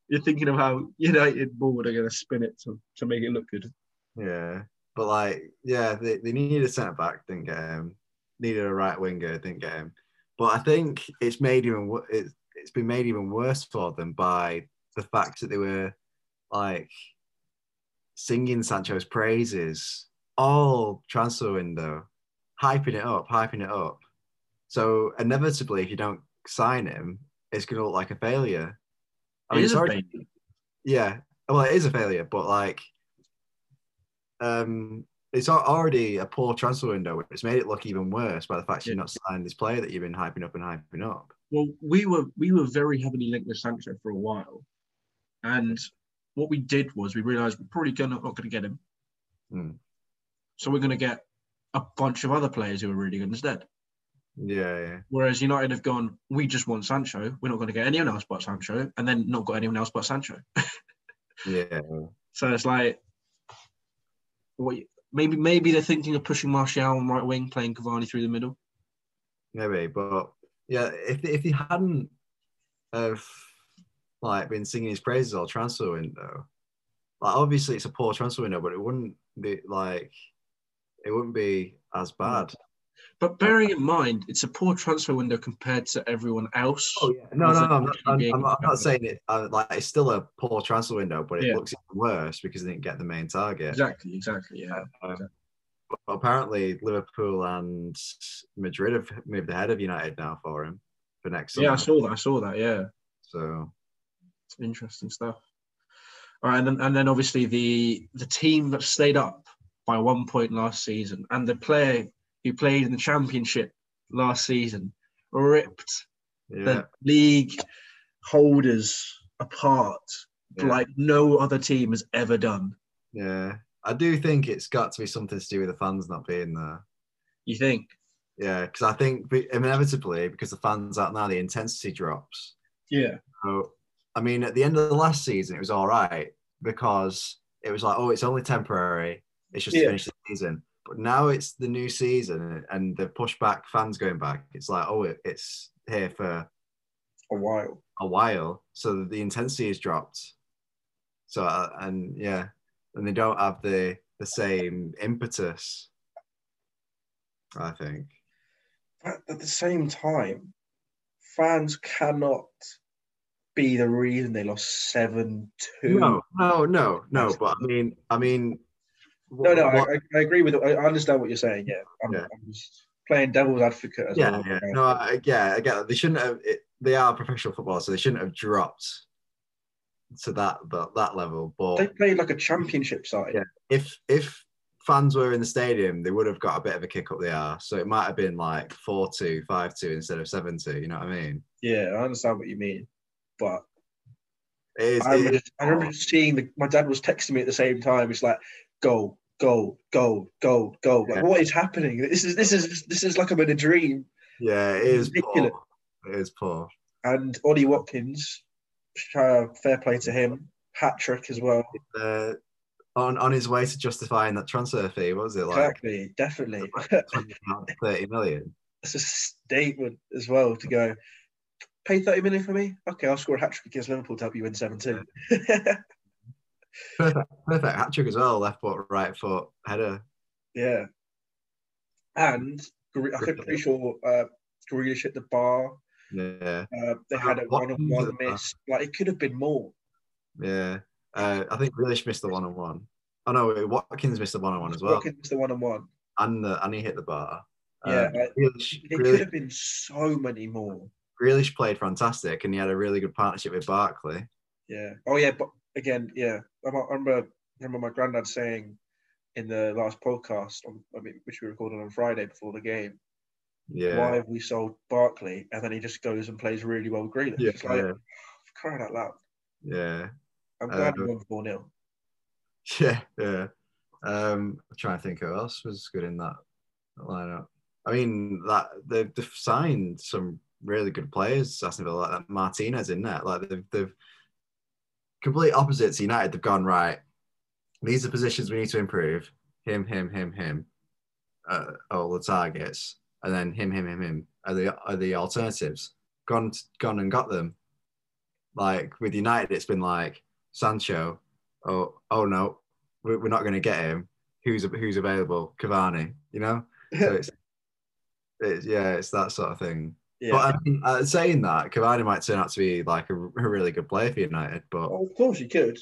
you're thinking of how United board are going to spin it to, to make it look good. Yeah, but like, yeah, they, they needed a centre back, didn't get him. Needed a right winger, didn't get him. But I think it's made even wo- it's, it's been made even worse for them by the fact that they were like singing Sancho's praises all transfer window, hyping it up, hyping it up. So inevitably, if you don't sign him, it's going to look like a failure. I mean, It it's is a already thing. yeah well it is a failure but like um it's al- already a poor transfer window it's made it look even worse by the fact you've Yeah. not signed this player that you've been hyping up and hyping up Well, we were we were very heavily linked with Sancho for a while, and what we did was we realised we're probably gonna, not going to get him, Hmm. Mm. so we're going to get a bunch of other players who are really good instead. yeah yeah Whereas United have gone, we just want Sancho. We're not going to get anyone else but Sancho, and then not got anyone else but Sancho. yeah So it's like, what? Maybe maybe they're thinking of pushing Martial on right wing, playing Cavani through the middle. maybe but yeah if, if he hadn't have like been singing his praises all transfer window like obviously it's a poor transfer window but it wouldn't be like it wouldn't be as bad But bearing in mind, it's a poor transfer window compared to everyone else. Oh yeah, no, no, Also, I'm not, actually I'm, being I'm not, I'm not competitive. saying it. Uh, like it's still a poor transfer window, but it Yeah. looks even worse because they didn't get the main target. Exactly, exactly. Yeah. But apparently, Liverpool and Madrid have moved ahead of United now for him for next summer. yeah, I saw that. I saw that. Yeah, So interesting stuff. All right, and then, and then obviously the the team that stayed up by one point last season, and the player who played in the championship last season ripped yeah, the league holders apart yeah, like no other team has ever done. yeah. I do think it's got to be something to do with the fans not being there. You think? Yeah, because I think be- inevitably because the fans out now, the intensity drops. Yeah. So, I mean, at the end of the last season, it was all right because it was like, oh, it's only temporary. It's just to Yeah. finish the season. But now it's the new season and the pushback fans going back. It's like, oh, it- it's here for A while. a while. So the intensity has dropped. So uh, and yeah, and they don't have the the same impetus. I think. But at the same time, fans cannot be the reason they lost seven two. No, no, no, no. But I mean, I mean. no, no, what- I, I- I agree with. I I understand what you're saying. Yeah, I'm, Yeah. I'm just playing devil's advocate as yeah, well. yeah. No, I, yeah, I get that. They shouldn't have. It, they are professional footballers, so they shouldn't have dropped to that that, that level. But They played like a championship side. Yeah. if if fans were in the stadium, they would have got a bit of a kick up the arse. So it might have been like four two, five two instead of seven two. You know what I mean? Yeah, I understand what you mean, but It is, I it remember, is- just, I remember just seeing the, my dad was texting me at the same time. It's like, go, go, go, go, go. Like, Yeah. what is happening? This is this is this is like I'm in a dream. yeah, it is ridiculous. poor. It is poor. And Ollie Watkins, uh, fair play to him, hat trick as well. Uh, on on his way to justifying that transfer fee, what was it [laughs] like Exactly, definitely. thirty million? That's a statement as well to go. Pay 30 million for me? Okay, I'll score a hat trick against Liverpool to help you win 17. Perfect hat trick as well. Left foot, right foot, header. [laughs] Yeah. And Gre- I think pretty sure uh, Grealish hit the bar. Yeah. Uh, they had a What- one-on-one miss. Like it could have been more. Yeah. Uh, I think Grealish missed the one on one. Oh no, Watkins missed the one on one as well, Watkins was the one-on-one. and the, and he hit the bar. Yeah, Um, like, Grealish, it could Grealish, have been so many more. Grealish played fantastic, and he had a really good partnership with Barkley. Yeah. Oh yeah, but again, yeah. I m- I remember, I remember my granddad saying in the last podcast, on, I mean, which we recorded on Friday before the game, Yeah, why have we sold Barkley? And then he just goes and plays really well with Grealish. yeah, It's like, crying out loud. yeah, I'm glad Uh, we won 4 0. [laughs] yeah, yeah. Um, I'm trying to think who else was good in that lineup. I mean, that they've, they've signed some really good players. Aston Villa, like that Martinez in there. Like they've, they've complete opposites. to United, they've gone right. These are positions we need to improve. Him, him, him, him. Uh, all the targets, and then him, him, him, him. Are the are the alternatives gone? Gone and got them. Like with United, it's been like Sancho. Oh, oh no, we- we're not going to get him. Who's who's available? Cavani. You know. [laughs] So it's, it's yeah, it's that sort of thing. Yeah. But I mean, uh, saying that, Cavani might turn out to be like a, a really good player for United, but Oh, of course you could.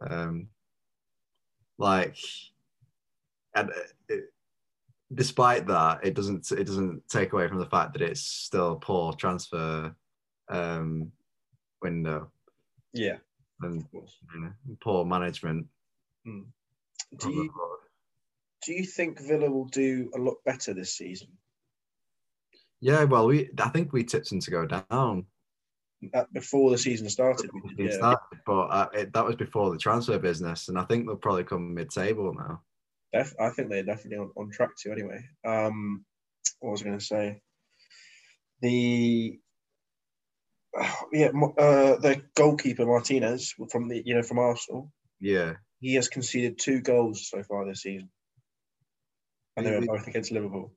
um, like, and uh, it, despite that, it doesn't it doesn't take away from the fact that it's still a poor transfer um, window Yeah, and of course. you know, poor management. Do you, do you think Villa will do a lot better this season? Yeah, well, we I think we tipped them to go down. Uh, before the season started, we It's did, yeah. that, but uh, it, that was before the transfer business, and I think they'll probably come mid-table now. Def- I think they're definitely on, on track to anyway. Um, what was I going to say? The [sighs] yeah, Mo- uh, the goalkeeper Martinez from the you know from Arsenal, Yeah, he has conceded two goals so far this season, and they were both against Liverpool.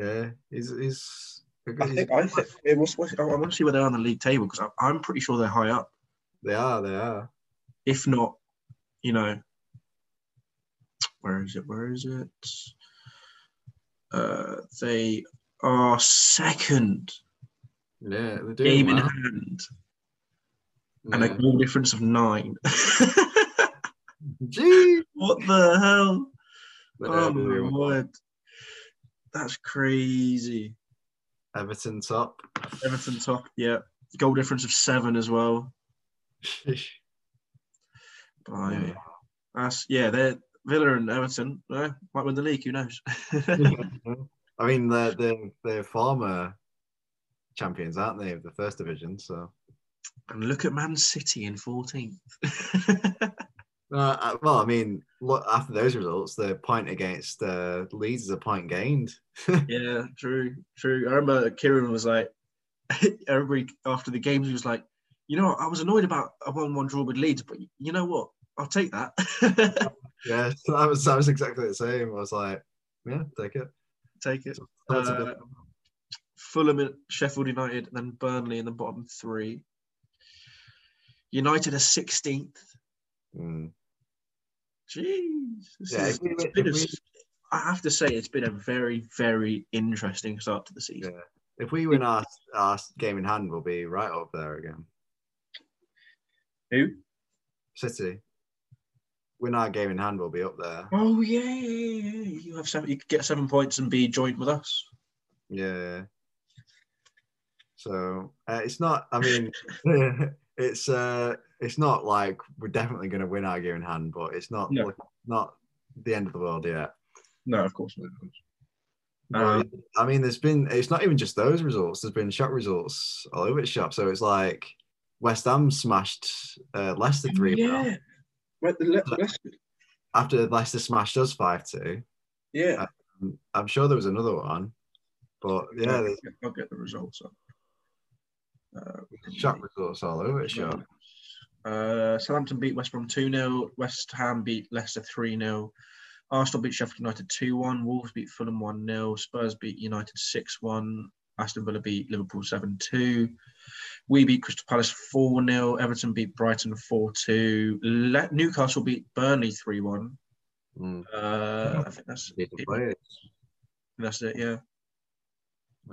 yeah, he's he's. I think I think it was. I want to see where they are on the league table because I'm pretty sure they're high up. they are, they are. if not, you know, where is it? Where is it? Uh, they are second Yeah, they're doing game in well. hand and a Yeah. goal difference of nine. [laughs] Gee! what the hell? They're Oh doing my well. word. That's crazy. Everton top. Everton top, yeah. Goal difference of seven as well. Blimey. Yeah. That's yeah, they're Villa and Everton. Uh, might win the league, who knows? [laughs] [laughs] I mean, they're, they're, they're former champions, aren't they, of the first division? So, and look at Man City in 14th. Uh, uh, well, I mean, look, after those results, the point against uh, Leeds is a point gained. [laughs] yeah, true, true. I remember Kieran was like, [laughs] every after the games, he was like, you know, what? I was annoyed about a 1 1 draw with Leeds, but you know what? I'll take that. [laughs] Yeah, [laughs] so that was that was exactly the same. I was like, yeah, take it. take it. That's a Uh, bit- Fulham and Sheffield United, and then Burnley in the bottom three. United are 16th. Mm. Jeez. This Yeah, is- if we it's were- been if a- we- I have to say, it's been a very, very interesting start to the season. If we win our our game in hand, we'll be right up there again. Who? City. Win our game in hand, we'll be up there. Oh yeah, yeah, yeah, yeah, yeah. You have seven. You could get seven points and be joint with us. Yeah. So uh, it's not. I mean, [laughs] it's uh, it's not like we're definitely going to win our game in hand, but it's not No. not the end of the world yet. No, of course not. But, Um, I mean, there's been. It's not even just those results. There's been shock results all over the shop. So it's like West Ham smashed uh, Leicester three Oh, Yeah. Right, the le- Leicester- after Leicester smashed us five two. Uh, Mm, yeah. I'm sure there was another one, but yeah, there's I'll get the results. Up. Uh, shock results all over the shop. Uh, Southampton beat West Brom 2 0. West Ham beat Leicester 3 0. Arsenal beat Sheffield United 2 1. Wolves beat Fulham 1 0. Spurs beat United 6 1. Aston Villa beat Liverpool 7 2. We beat Crystal Palace 4 0. Everton beat Brighton 4 2. Newcastle beat Burnley 3 1. Mm. Uh, I think that's, Need to play it. that's it, yeah.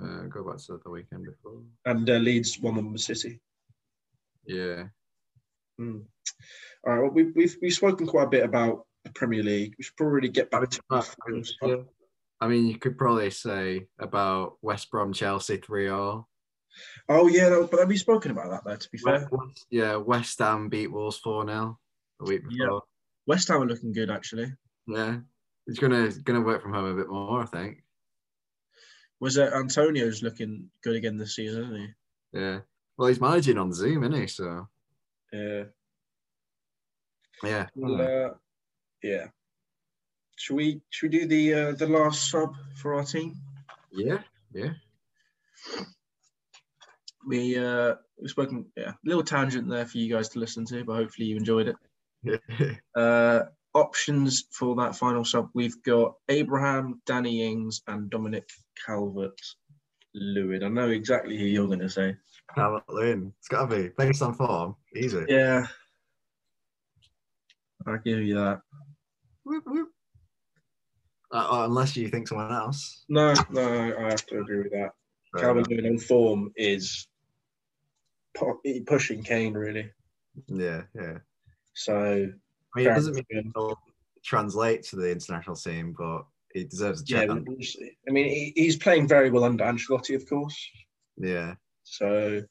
Uh, go back to the weekend before. And uh, Leeds 1 1 City. Yeah. Mm. All right. Well, we've, we've we've spoken quite a bit about the Premier League. We should probably get back to the finals. I mean, you could probably say about West Brom Chelsea 3 0. Oh yeah, that, but we've spoken about that though. To be fair, Yeah, West Ham beat Wolves 4 0 the week Yeah. before. West Ham are looking good actually. Yeah. He's gonna gonna work from home a bit more, I think. Was it Antonio's looking good again this season? Isn't Yeah. Well, he's managing on Zoom, isn't he? So he? Yeah. yeah. Well, uh, yeah. Should we should we do the uh, the last sub for our team? yeah. We uh, we've spoken. Yeah, little tangent there for you guys to listen to, but hopefully you enjoyed it. Yeah. [laughs] Uh, options for that final sub we've got Abraham, Danny Ings, and Dominic Calvert Lewin. I know exactly who you're going to say. Calvert Lewin. It's gotta be based on form. Easy. Yeah, I give you that. Whoop, whoop. Uh, uh, unless you think someone else. No, no, I have to agree with that. Fair Calvert enough. Lewin in form is pu- pushing Kane really. Yeah, yeah. So I mean, it doesn't mean Calvert-Lewin, he'll translate to the international team, but he deserves a yeah, chance. we'll see. I mean he, he's playing very well under Ancelotti, of course. Yeah, So,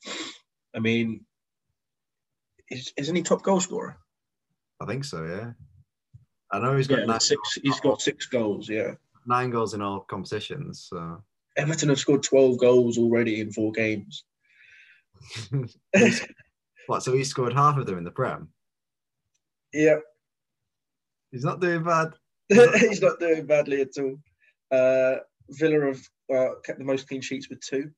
I mean, is, isn't he top goal scorer? I think so. Yeah, I know he's got Yeah, nine, six. He's got six goals. Yeah, nine goals in all competitions. [laughs] So Everton have scored twelve goals already in four games. what? So he scored half of them in the Prem. [laughs] Yeah, He's not doing bad. [laughs] he's not doing badly at all. Uh, Villa have uh, kept the most clean sheets with two.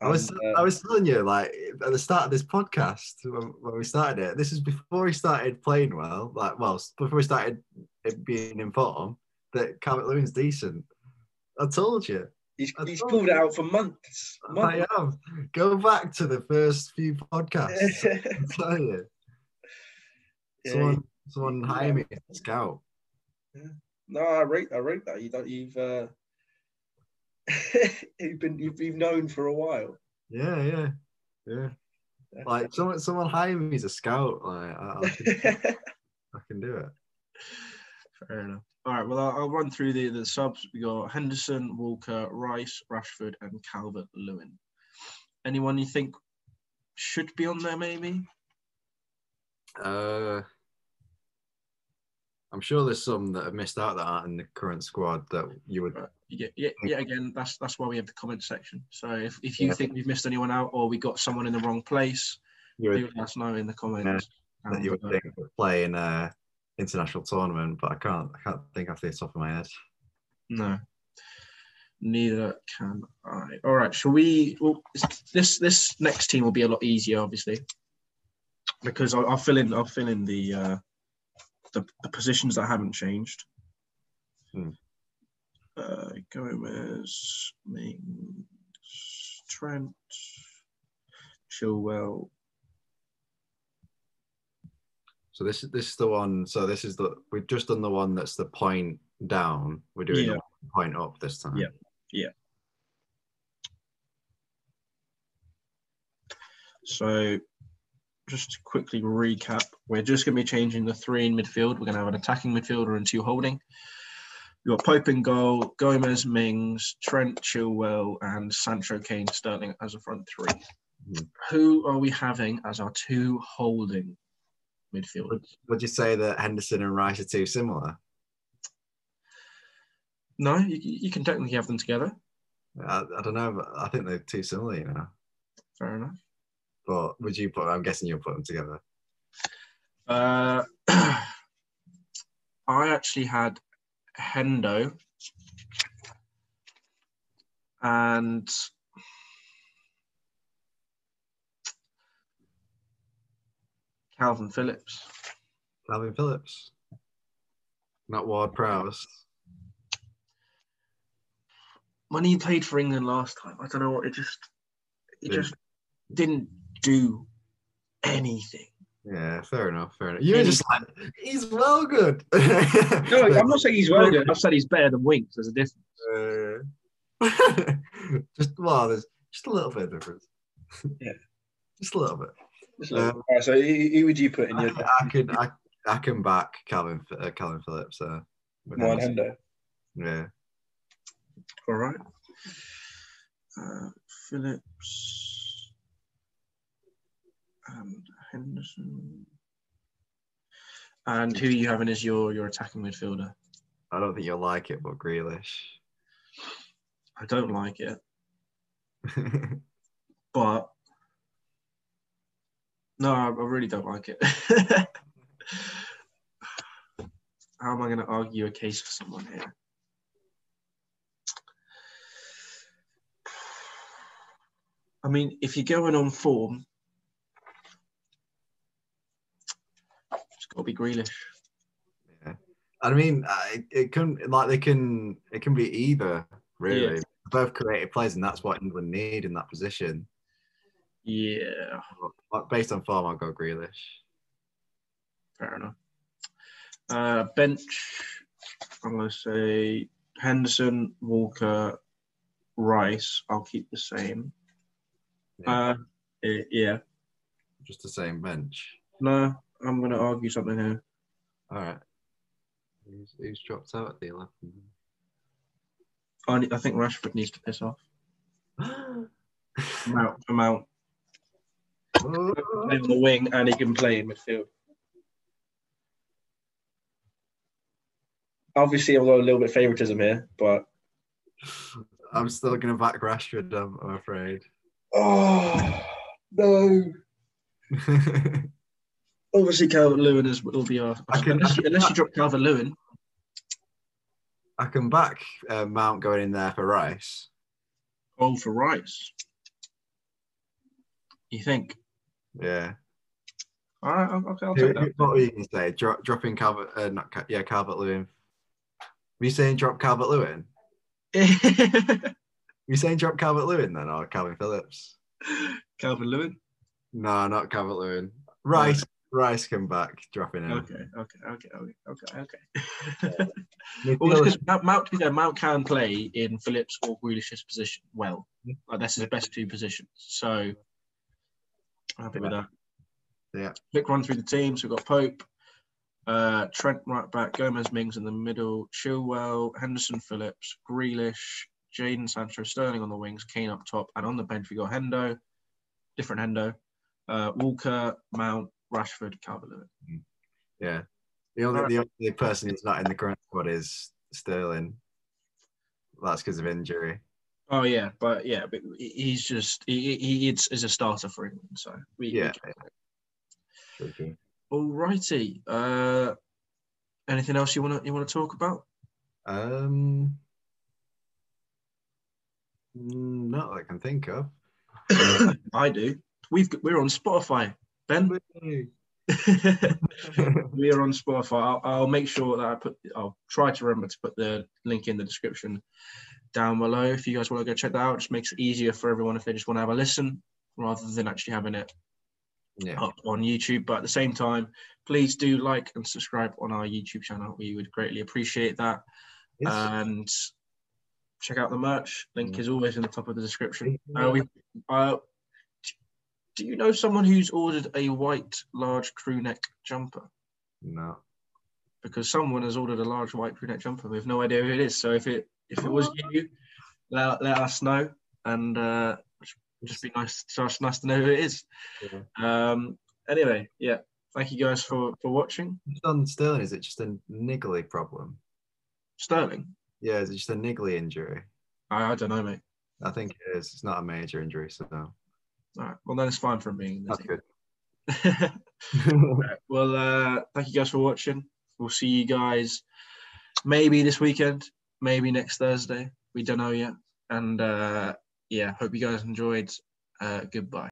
I was Mm. And, uh, I was telling you like at the start of this podcast when, when we started it. This is before he started playing well. Like well before he started it being in form that Calvert Lewin's decent. I told you. he's, I he's told pulled it you. out for months. [laughs] I months. am. Go back to the first [laughs] few podcasts. I tell you. Yeah, Someone, someone yeah. hire me as a scout. no, I rate I rate that. You don't, you've uh, [laughs] you've been you've, you've known for a while. Yeah, yeah, yeah. [laughs] Like someone, someone hire me as a scout. Like I, I, can, I can do it. Fair enough. All right. Well, I'll, I'll run through the, the subs. We got Henderson, Walker, Rice, Rashford, and Calvert Lewin. Anyone you think should be on there, maybe? Uh, I'm sure there's some that have missed out that aren't in the current squad that you would. Right. Yeah, yeah, yeah. Again, that's that's why we have the comment section. So if, if you Mm. Yeah. think we've missed anyone out or we got someone in the wrong place, You do would let us know in the comments. that you would And, uh, think would play in a international tournament, but I can't. I can't think off the top of my head. No, neither can I. All right, shall we? Well, this this next team will be a lot easier, obviously, because I'll, I'll fill in I'll fill in the uh, the, the positions that haven't changed. Hmm. Uh, Gomez, Mings, Trent, Chilwell, So this is this is the one. So this is the we've just done the one that's the point down. We're doing Yeah. the point up this time. Yeah. So just to quickly recap, we're just going to be changing the three in midfield. We're going to have an attacking midfielder and two holding. You've got Pope in goal, Gomez, Mings, Trent, Chilwell, and Sancho Kane Sterling as a front 3 Mhm. Who are we having as our two holding midfielders? Would you say that Henderson and Rice are too similar? No, you, you can technically have them together. I, I don't know. But I think they're too similar, you know. Fair enough. But would you put? I'm guessing you'll put them together. Uh, [clears throat] I actually had Hendo and Calvin Phillips. Calvin Phillips, not Ward Prowse. When he played for England last time, I don't know what it just it Didn't- just didn't do anything. Yeah, fair enough. Fair enough. You were Maybe- just like, he's well [laughs] good. No, I'm not saying he's well good. I've said he's better than Winks. There's a difference. Uh, [laughs] just well, there's just a little bit of difference. Yeah. [laughs] just a little bit. So, all right, so who, who would you put in I, your I can I, I can back Calvin uh, Calvin Phillips. Uh, with Mine him. Hendo? yeah, All right. Uh, Phillips and Henderson. And who are you having as your, your attacking midfielder? I don't think you'll like it, but Grealish. [laughs] I don't like it, but no, I I really don't like it. [laughs] How am I going to argue a case for someone here? I mean, if you're going on form, it's got to be Grealish. yeah, I mean, I, it can like they can it can be either really. Both creative players, and that's what England need in that position. Yeah, But based on form, I'll go Grealish. fair enough. Uh, bench, I'm going to say Henderson, Walker, Rice. I'll keep the same. Yeah, Uh, eh, yeah. just the same bench. No, I'm going to argue something here. All right. Who's, who's dropped out at [gasps] the 11? I, ne- I think Rashford needs to piss off. I'm Oh, out. I'm out. Play on the wing and he can play in midfield. Obviously, I'll go a little bit favouritism here, but I'm still going to back Rashford, I'm, I'm afraid. [laughs] oh no! Obviously, Calvert Lewin is will be our. I can- unless, you, unless you drop Calvert Lewin, I can back uh, Mount going in there for Rice. all for Rice. You think? Yeah. All right, I'll- okay, I'll Who- take who- that. What were you going to say? Dro- dropping Calvert, uh, not Cal- yeah, Calvert Lewin. Were you saying drop Calvert Lewin? [laughs] Were you saying drop Calvert Lewin then or Calvin Phillips? Calvin Lewin. No, not Calvert Lewin. Rice. Rice can back, dropping him. Okay, okay, okay, okay, okay, okay. [laughs] Well, Midfield- because Mount, Mount, to be fair, Mount can play in Phillips or Grealish's position well. Like, that's his best two positions. So I'm happy with that. Yeah. Quick run through the teams. We've got Pope, uh, Trent right back, Gomez Mings in the middle, Chilwell, Henderson Phillips, Grealish, Jaden Sancho Sterling on the wings, Kane up top, and on the bench we got Hendo, different Hendo, uh, Walker, Mount, Rashford, Calvert Lewin. Yeah. The only, the only person who's not in the current squad is Sterling. That's because of injury. Oh yeah, but yeah, but he- he's just he, he he is, is a starter for England, so we we Yeah. can- Alrighty, uh, anything else you wanna you wanna talk about? Um, mm, not that I can think of. I do. We've got- we're on Spotify, [laughs] Ben. we are on Spotify. I'll, I'll make sure that I put. I'll try to remember to put the link in the description down below if you guys want to go check that out. It just makes it easier for everyone if they just want to have a listen rather than actually having it Yeah. up on YouTube. But at the same time, please do like and subscribe on our YouTube channel. We would greatly appreciate that. It's- And check out the merch. Link Mm. is always in the top of the description. Yeah. Uh, we, uh, d- do you know someone who's ordered a white large crew neck jumper? no. Because someone has ordered a large white crew neck jumper. We have no idea who it is. So if it if it was you, let, let us know. And uh, just be nice, just nice to know who it is. Yeah. Um, anyway, yeah. Thank you guys for, for watching. John Sterling, is it just a niggly problem? Sterling, Yeah, is it just a niggly injury? I, I don't know, mate. I think it is. It's not a major injury, so no. All right. Well, then it's fine for him being in the That's team. good. Right, [laughs] well, uh, thank you guys for watching. We'll see you guys maybe this weekend, maybe next Thursday. We don't know yet. And uh, yeah, hope you guys enjoyed. Uh, goodbye.